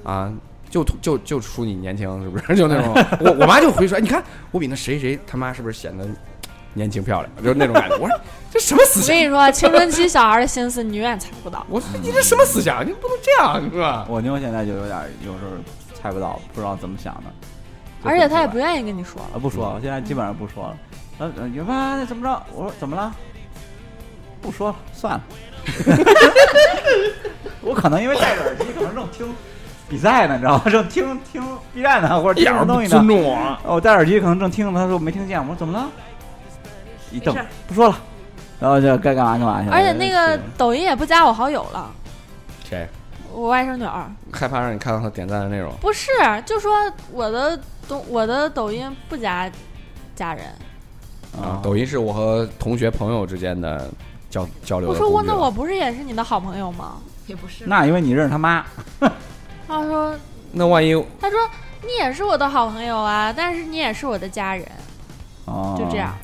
啊，就就就数你年轻是不是？就 (laughs) 那种，我我妈就回说，哎，你看我比那谁谁他妈是不是显得年轻漂亮？就是那种感觉。我说这什 (laughs) 么思我想跟？你说，青春期小孩的心思你永远猜 (laughs) 不到。我说你这什么思想？你不能这样是吧？我妞现在就有点有时候猜不到，不知道怎么想的。就而且他也很奇不愿意跟你说怪啊，不说了，现在基本上不说了。呃，呃你妈那怎么着？我说怎么了？不说了，算了。 (laughs) 我可能因为戴着耳机，可能正听比赛呢，你知道吗？正听听 B 站呢，或者一听点什儿么不东西尊呢。重哎我。哦我戴耳机可能正听着，他说没听见。我说怎么了？一瞪没事儿，不说了。然后就该干嘛干嘛去哎了。而且那个是抖音也不加我好友了，谁我外甥女儿害怕让你看到他点赞的内容？不是，就说我的抖我的抖音不加家人。啊啊，，抖音是我和同学朋友之间的交交流我的说工具了。啊我那我不是也是你的好朋友吗？也不是那因为你认识他妈，他说那万一他说你也是我的好朋友啊，但是你也是我的家人，哦，就这样。。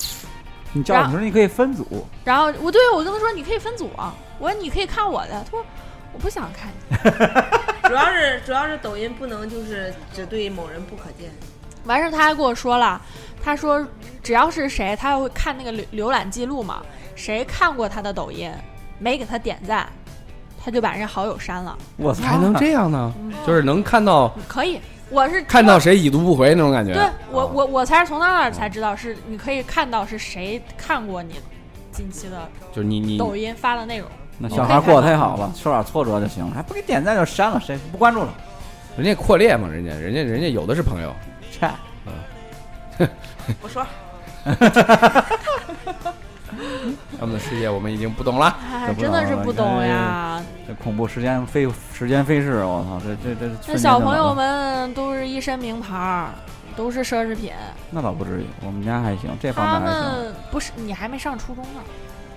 你叫你说你可以分组，然后我对我跟他说你可以分组啊，我说你可以看我的，他说我不想看你。主要是主要是抖音不能就是只对某人不可见，完事儿他还跟我说了，他说只要是谁，他会看那个浏浏览记录嘛，谁看过他的抖音没给他点赞，他就把人家好友删了。我 (laughs) 操，还能这样呢？嗯就是能看到可以，我是看到谁已读不回那种感觉。对嗯我我我才是从他那儿才知道是你可以看到是谁看过你近期的就是你你抖音发的内容。那小孩过得太好了，受点挫折就行了，还不给点赞就删了，谁不关注了？人家扩列嘛，人家人家人家有的是朋友。切，不说他们的世界我们已经不懂了。哎这，不哎真的懂是了不你懂看呀！这恐怖时间飞时间飞逝，我操，这这这那瞬间就小朋没了友们都是一身名牌儿，都是奢侈品。那倒不至于，我们家还行，这方他面还行。们不是你还没上初中呢，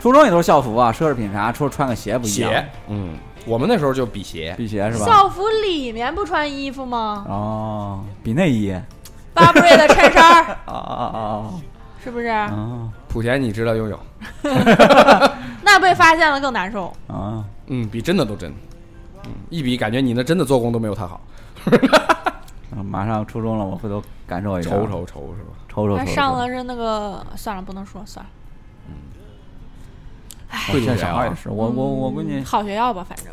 初中也都是校服啊，奢侈品啥，除了穿个鞋不一样，，嗯，我们那时候就比鞋，皮鞋是吧？校服里面不穿衣服吗？哦，比内衣啊巴布瑞的衬衫 (laughs) 儿啊啊是不是？啊啊莆田你知道又有，那被发现了更难受。啊！嗯，比真的都真，嗯，一比感觉你那真的做工都没有他好，啊马上初中了，我回头感受一下，愁愁愁是吧？瞅瞅他瞅瞅，上了是那个算了，不能说算了，贵族现在学小孩也啊，是，我我我闺嗯女好学校吧，反正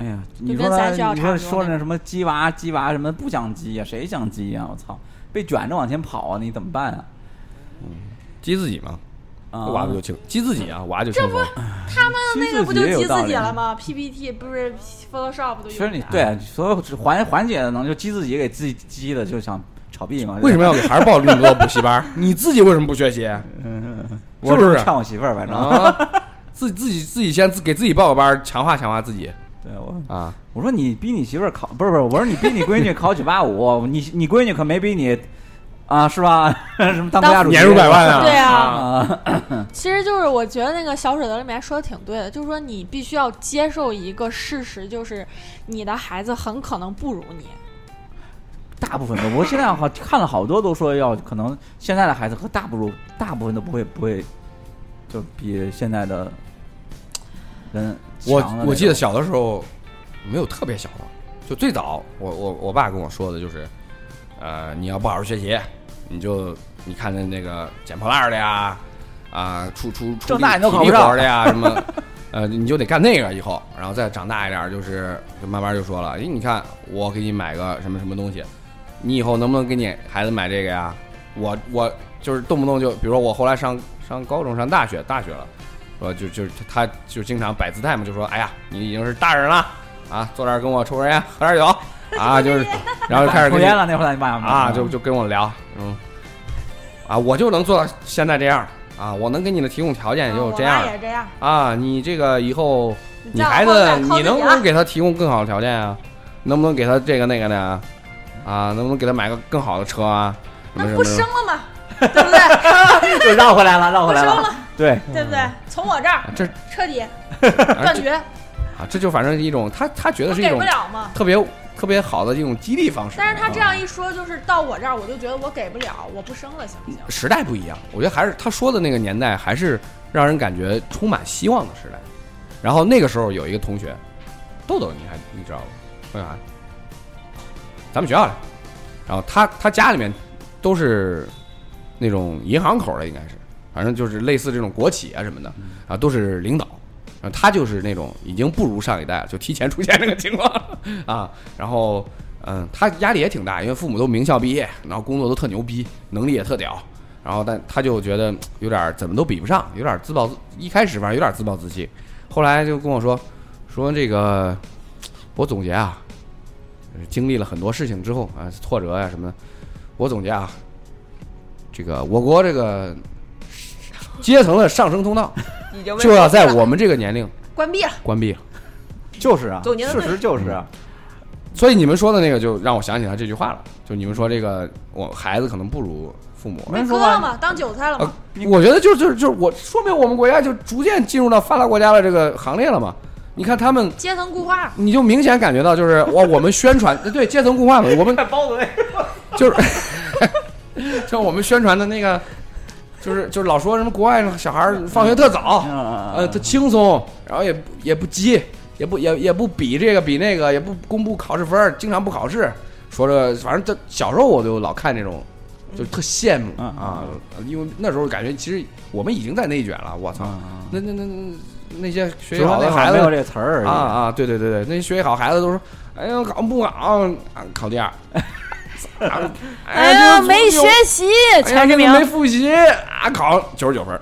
哎呀，就你跟说咱他学校你差说不多说那那什么鸡娃鸡娃什么不想鸡呀、谁想鸡呀、我操，被卷着往前跑啊，你怎么办啊？激自己嘛，啊，娃不就轻，激自己啊，娃就轻松。他们激那个自不己就也有激道自己啊理了吗？PPT 不是 Photoshop 都有。其实你对所有只缓缓解的能就鸡自己给自己鸡的就想炒币嘛？为什么要给孩儿报那么多补习 (laughs) 班？你自己为什么不学习我是不是劝我媳妇儿，反 (laughs) 正、啊？自己自己自己先自给自己报个班儿，强化强化自己对我啊！我说你逼你媳妇儿考不是不是，我说你逼你闺女考九八五，你你闺女可没逼你啊是吧？ (laughs) 什么当国家主席年入百万啊！ (laughs) 对啊啊？其实就是我觉得那个小水德里面说的挺对的，就是说你必须要接受一个事实，就是你的孩子很可能不如你。大部分都，我现在好看了好多都说要可能现在的孩子和大不如大部分都不会不会，就比现在的人强的那我种我记得小的时候没有特别小的，就最早我我我爸跟我说的就是，呃，你要不好好学习，你就你看那那个捡破烂儿的呀，啊、出出出这力那你都体考力不活上儿的呀什么。呃，你就得干那个以后，然后再长大一点儿，就是就慢慢就说了，哎，你看我给你买个什么什么东西，你以后能不能给你孩子买这个呀？我我就是动不动就，比如说我后来上上高中、上大学，大学了，说就就他就经常摆姿态嘛，就说哎呀，你已经是大人了啊，坐这儿跟我抽根烟，喝点酒啊，就是，然后就开始抽跟烟你了那会儿你爸妈啊啊，就就跟我聊，嗯，啊，我就能做到现在这样啊，我能给你的提供条件也嗯就我哎这妈样也这样，啊。你这个以后你再孩子往后再靠你自能己不啊能给他提供更好的条件啊？能不能给他这个那个的啊？啊，能不能给他买个更好的车啊？什么那什不么什生么？了吗？对不对？ (laughs) 就绕回来了，绕不回来生了。了，对，对不对？从我这儿啊这彻底啊断这绝，啊，这就反正是一种他他觉我得是一给种不了嘛。特别特别好的一种激励方式。但是他这啊样一说，就是到我这儿，我就觉得我给不了，我不生了，行不行？时代不一样，我觉得还是他说的那个年代，还是让人感觉充满希望的时代。然后那个时候有一个同学，豆豆，你还你知道吧？同学，咱们学校的。然后他他家里面都是那种银行口的，应该是，反正就是类似这种国企啊什么的啊，都是领导。然后他就是那种已经不如上一代了，就提前出现这个情况了啊。然后嗯，他压力也挺大，因为父母都名校毕业，然后工作都特牛逼，能力也特屌。然后，但他就觉得嗯有点儿怎么都比不上，有点儿自暴自，一开始反正有点儿自暴自弃，后来就跟我说，说这个，我总结啊，呃经历了很多事情之后啊，挫折呀、什么的，我总结啊，这个我国这个阶层的上升通道已经被就要在封我们这个年龄关闭了，关闭了。就是啊，总结得事对实就是啊，所以你们说的那个，就让我想起他这句话了，就你们说这个，我孩子可能不如父母，没被人割说话了吗？当韭菜了呃吗？，我觉得就是就是就是我说明我们国家就逐渐进入到发达国家的这个行列了嘛。你看他们，阶层固化，你就明显感觉到就是哇，我们宣传对阶层固化嘛，我们了。 (laughs) 包子就是 (laughs) 就我们宣传的那个，就是就是老说什么国外小孩儿放学特早，呃，呃他轻松，然后也不也不急，也不也也不比这个比那个，也不公布考试分儿，经常不考试。说这反正这小时候我就老看这种，就特羡慕嗯啊，因为那时候感觉其实我们已经在内卷了。我操，那那那那那些学只习不好过那的会儿孩没有子这个词儿而已啊啊，对对对对，那些学习好孩子都说，哎呀考不考啊考第二， (laughs) 啊哎呀，就是没有学习， (laughs) 哎呀全志这明个没复习啊，考九十九分儿。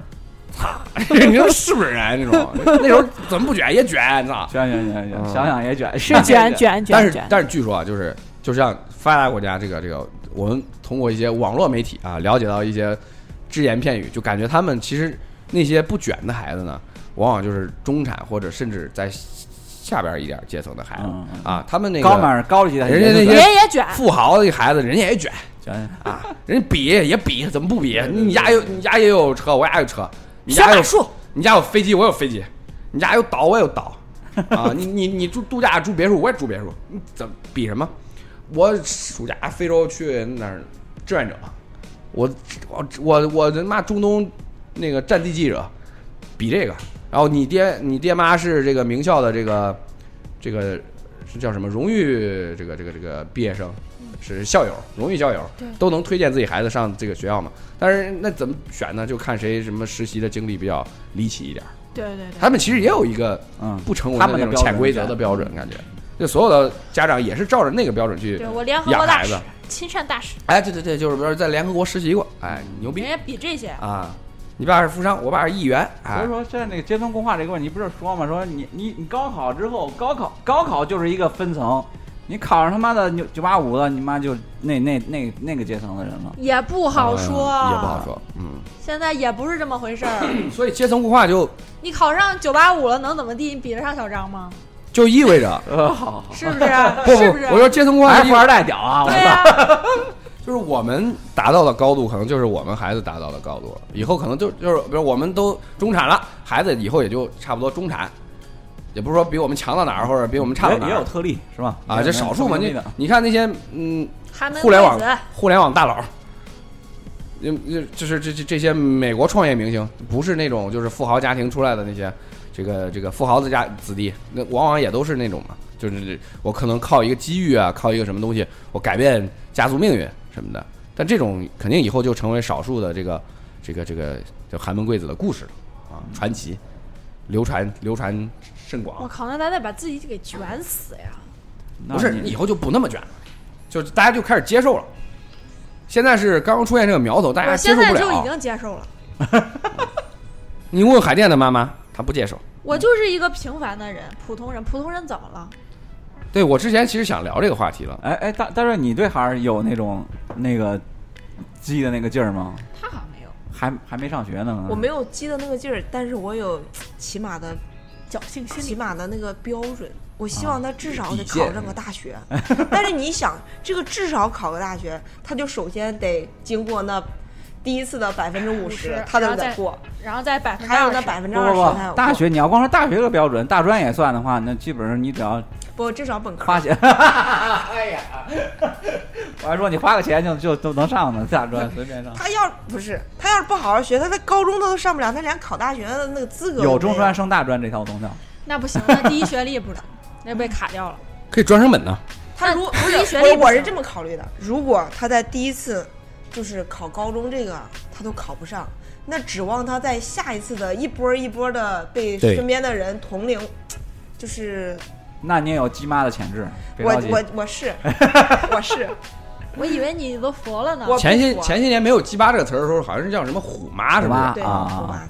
操， (laughs) 你说是不是人啊？那种那时候怎么不卷也卷，操！卷卷卷卷，嗯想想也卷，是啊卷卷但卷是卷，但是据说啊，就是就像发达国家这个这个，我们通过一些网络媒体啊，了解到一些只言片语，就感觉他们其实那些不卷的孩子呢，往往就是中产或者甚至在下边一点阶层的孩子、嗯嗯啊，他们那个高满高级的，人家那人些也卷，富豪的孩子，人家也卷。卷啊，人家比也比，怎么不比？你家有你家也有车，我家有车，你家有树，你家有飞机，我有飞机，你家有岛，我有岛，啊，你你你住度假住别墅，我也住别墅，你怎么比什么？我暑假非洲去哪儿志愿者，我我我我他妈中东那个战地记者，比这个，然后你爹你爹妈是这个名校的这个这个是叫什么荣誉这个这个这个毕业生，嗯是校友，荣誉校友都能推荐自己孩子上这个学校嘛？但是那怎么选呢？就看谁什么实习的经历比较离奇一点儿。对对对，他们其实也有一个嗯不成文他的们那的种标准潜规则的标准，感觉就所有的家长也是照着那个标准去对我联合养国大孩使子。、亲善大使，哎，对对对，就是比如说在联合国实习过，哎，牛逼人家比这些，啊！你爸是富商，我爸是议员，所哎以，说，现在那个阶层固化这个问题，不是说嘛？说你你你高考之后，高考高考就是一个分层，你考上他妈的九九八五了，你妈就那那那那个阶层的人了。也不好说，嗯也不好。说，嗯。现在也不是这么回事儿，所以阶层固化就你考上九八五了，能怎么地？你比得上小张吗？就意味着呃，好，哦好是不是啊？ (laughs) 不不是不是，啊？我说阶层固化还就意是富二代屌啊！我对操，呀、就是我们达到的高度，可能就是我们孩子达到的高度了。以后可能就就是，比如我们都中产了，孩子以后也就差不多中产，也不是说比我们强到哪儿，或者比我们差到也哪也有儿特例是吧？啊，这少数嘛。你你你看那些嗯，寒 (laughs) 门互联网啊贵子互联网大佬，嗯，嗯就是这这这些美国创业明星，不是那种就是富豪家庭出来的那些，这个这个富豪的家子弟，那往往也都是那种嘛，就是我可能靠一个机遇啊，靠一个什么东西，我改变家族命运什么的。但这种肯定以后就成为少数的这个这个这个叫寒门贵子的故事了啊，传奇，流传流传甚广我。靠，那咱得把自己给卷死呀！不是，以后就不那么卷了，就是大家就开始接受了。现在是刚刚出现这个苗头，大我家接现受在不就已了。经接受了，你问海淀的妈妈，她不接受。我就是一个平凡的人，普通人，普通人怎么了？对我之前其实想聊这个话题了，哎哎，大大帅，你对孩儿有那种那个激的那个劲儿吗？他好像没有，还还没上学呢，我没有激的那个劲儿，但是我有起码的侥幸心起理。码的那个标准。我希望他至少得底线考上个大学， (laughs) 但是你想，这个至少考个大学，他就首先得经过那第一次的百分之五十50%，他然都后再得过，然后再百分之还有那20%百分之不二不十他不，有大过学你要光说大学这个标准，大专也算的话，那基本上你只要不至少本科花 (laughs) 钱，哎 (laughs) 呀，我还说你花个钱就就都能上呢，大 (laughs) 专随便上。他要不是他要是不好好学，他在高中他都上不了，他连考大学的那个资格都没有中专升大专这条通道，那不行，那第一学历 (laughs) 不能，那被卡掉了。可以专升本呢。他如那不是第一学历我不我是行这么考虑的，如果他在第一次就是考高中这个他都考不上，那指望他在下一次的一波一波的被对身边的人同龄，就是那你也有鸡妈的潜质，别我着急。我我 (laughs) 是我是我以为你都佛了呢。我前些不服啊前些年没有“鸡巴”这个词儿的时候，好像是叫什么“虎妈”是不虎妈是？对啊啊我吧？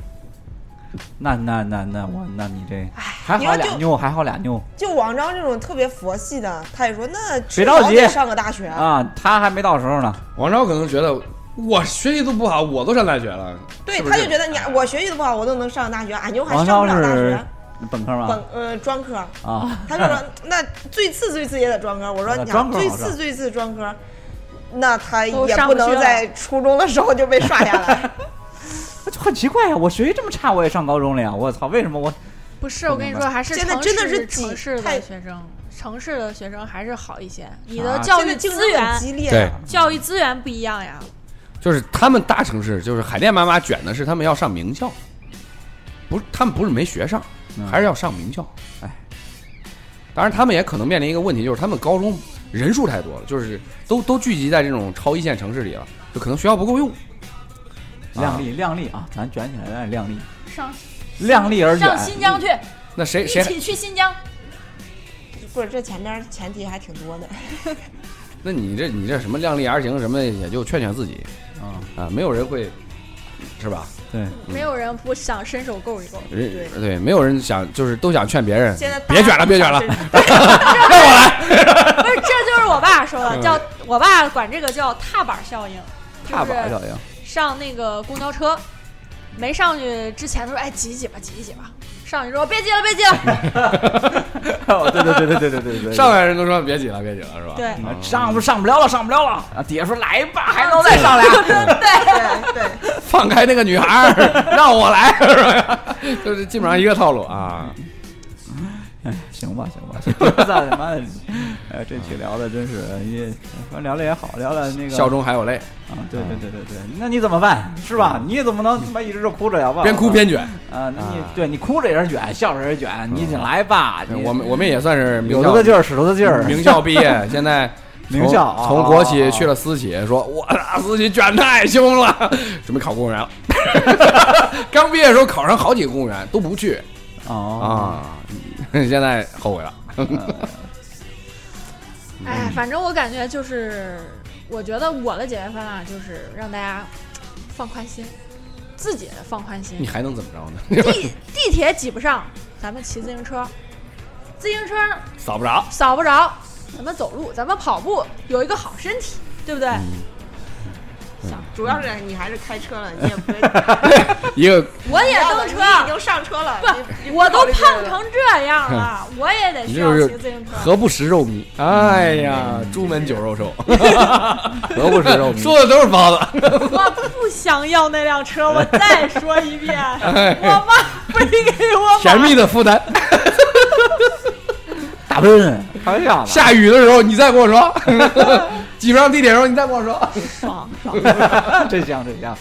那那那那我那你这还哎你好说俩就妞，还好俩妞就王章这种特别佛系的，他也说那别着至少急得上个大学，啊，他还没到时候呢。王昭可能觉得我学习都不好，我都上大学了，对，是不他就是觉得你我学习都不好，我都能上大学，俺牛还王上不超了大是啊学，本科本吗？呃专科。啊，他就说那最次最次也得专科，我说那你专科最好上次最次专科，那他都也上不不去能了在初中的时候就被刷下来。就很奇怪呀、我学习这么差，我也上高中了呀！我操，为什么我不是，我跟你不说，明还是现在城真的市是挤城市太的学生，城市的学生还是好一些。你啊的 (laughs) 教现在育竞争资源很，激烈对啊，教育资源不一样呀。就是他们大城市，就是海淀妈妈卷的是他们要上名校，不是他们不是没学上，嗯还是要上名校。哎，当然他们也可能面临一个问题，就是他们高中人数太多了，就是都都聚集在这种超一线城市里了，就可能学校不够用。靓丽靓丽啊？咱卷起来，咱也靓丽，上量力而上卷。新疆去，那谁一谁起去新疆。不是这前面前提还挺 (laughs) 多的。那你这你这什么量力而行什么，也就劝劝自己啊，啊，没有人会，是吧？对，没有人不想伸手够一够。嗯人对，没有人想就是都想劝别人现在，大别卷了，家别卷了都，想 (laughs) 不是，这就是我爸说嗯的，叫我爸管这个叫踏板效应，踏板就效是 (laughs) 应。上那个公交车，没上去之前他说哎挤一挤吧，挤一挤吧。上去之后别挤了，别挤了。哦对对对对对对对对。上来人都说别挤了，别挤了，是吧？对啊上不上不了了，上不了了啊！底下说来吧，还能再上来。对对， (laughs) 放开那个女孩儿， (laughs) 让我来，是吧？ (laughs) 就是基本上一个套路啊。 (laughs) 嗯行吧，行吧， (laughs) 这操他妈的！哎，这期聊的真是也，反正聊了也好，聊了那个笑中还有泪，啊，对对对对对，那你怎么办是吧？你也怎么能他妈一直就哭着呀？忘嗯了边哭边卷。啊，那你啊嗯对你哭着也是卷，笑着也是卷，你得来吧，你我们我们也算是名嗯有校嗯这个劲儿，使出的劲儿，名校毕业，现在从。 (laughs) 名校啊从国企去了私企，说我操私企卷太凶了，准备考公务员了。 (laughs) 刚毕业的时候考上好几个公务员都不去哦啊， (laughs) 现在后悔了。嗯哎，反正我感觉就是，我觉得我的解决方案就是让大家放宽心，自己放宽心你。还能怎么着呢？ (laughs) 地地铁挤不上，咱们骑自行车，自行车扫不着。 (laughs) 扫不着，咱们走路，咱们跑步，有一个好身体，对不对？嗯主要是你还是开车了，你也不 (laughs) 会。一个我也蹬车，你已经上车了，你我都胖。成这样了，我也得你需这要就骑自是行车。何不食肉糜？哎呀，朱门酒肉 (laughs) 臭，何不食肉糜？说的都是包子。我不想要那辆车，我再说一遍，我妈非给我 (laughs) 买甜蜜的负担。(laughs) 大奔，开玩 (laughs) 笑吧？下雨的时候你再跟我说， (laughs) 挤不上地铁的时候你再跟我说，爽。真香真 (laughs) (laughs) 香！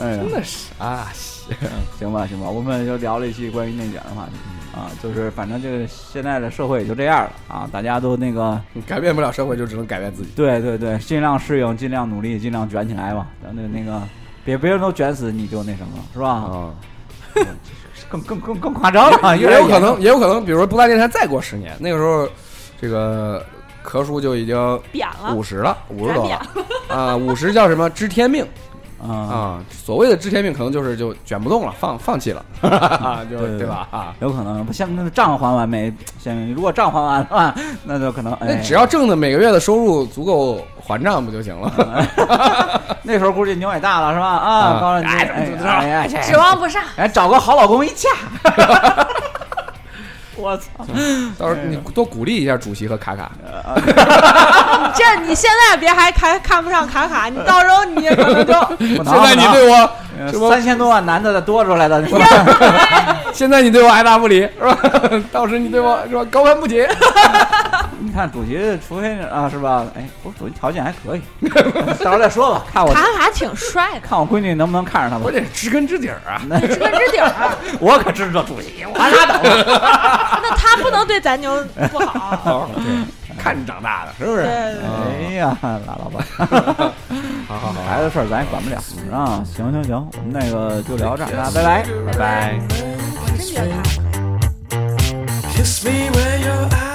哎呀，那是 (laughs) 啊，是行吧行吧，我们就聊了一期关于内卷的话嗯题啊，就是反正就是现在的社会也就这样了啊，大家都那个改变不了社会，就只能改变自己。对对对，尽量适应，尽量努力，尽量卷起来吧。咱那那个，别别人都卷死你就那什么，是吧？啊，更更更更夸张了，也越来有越可能，也有可能，比如说不大电台再过十年，那个时候，这个壳叔就已经扁了五十了，五十多咱了啊，五十叫什么知天命啊，啊？所谓的知天命，可能就是就卷不动了，放放 (laughs) 弃了，就对对对吧？啊，有可能像那个账还 (laughs) 完没？像如果账还完的话，那就可能哎，那只要挣的每个月的收入足够还账不就行了？ (laughs) 那时候估计牛也大了是吧？啊，啊高了你，哎哎怎么怎么着哎哎指望不上。哎，找个好老公一嫁。 (laughs) 我操！到时候哎你多鼓励一下主席和卡卡。呃这你现在别还看看不上卡卡，你到时候你也可能就现现在你对我，什么呃三千多万男的的多出来的，你说现在你对我爱答不理是吧？ (laughs) 到时你对我是吧高攀不起。 (laughs) (laughs) 你看主席，除非啊是吧？哎，我主席条件还可以，到时候再说吧，看我卡卡挺帅的，看我闺女能不能看上他我吧。得知根知底儿啊！那知根知底儿。啊我可知道主席，我拉倒 (laughs) 吧。那他不能对咱牛不好。看你长大的，是不对是？对对哎呀，拉倒吧，好好好 (laughs) 孩子事儿咱也管不了啊。行行行，我们那个就聊这儿，那拜拜，拜拜。我真觉得卡卡。 Kiss me where your eyes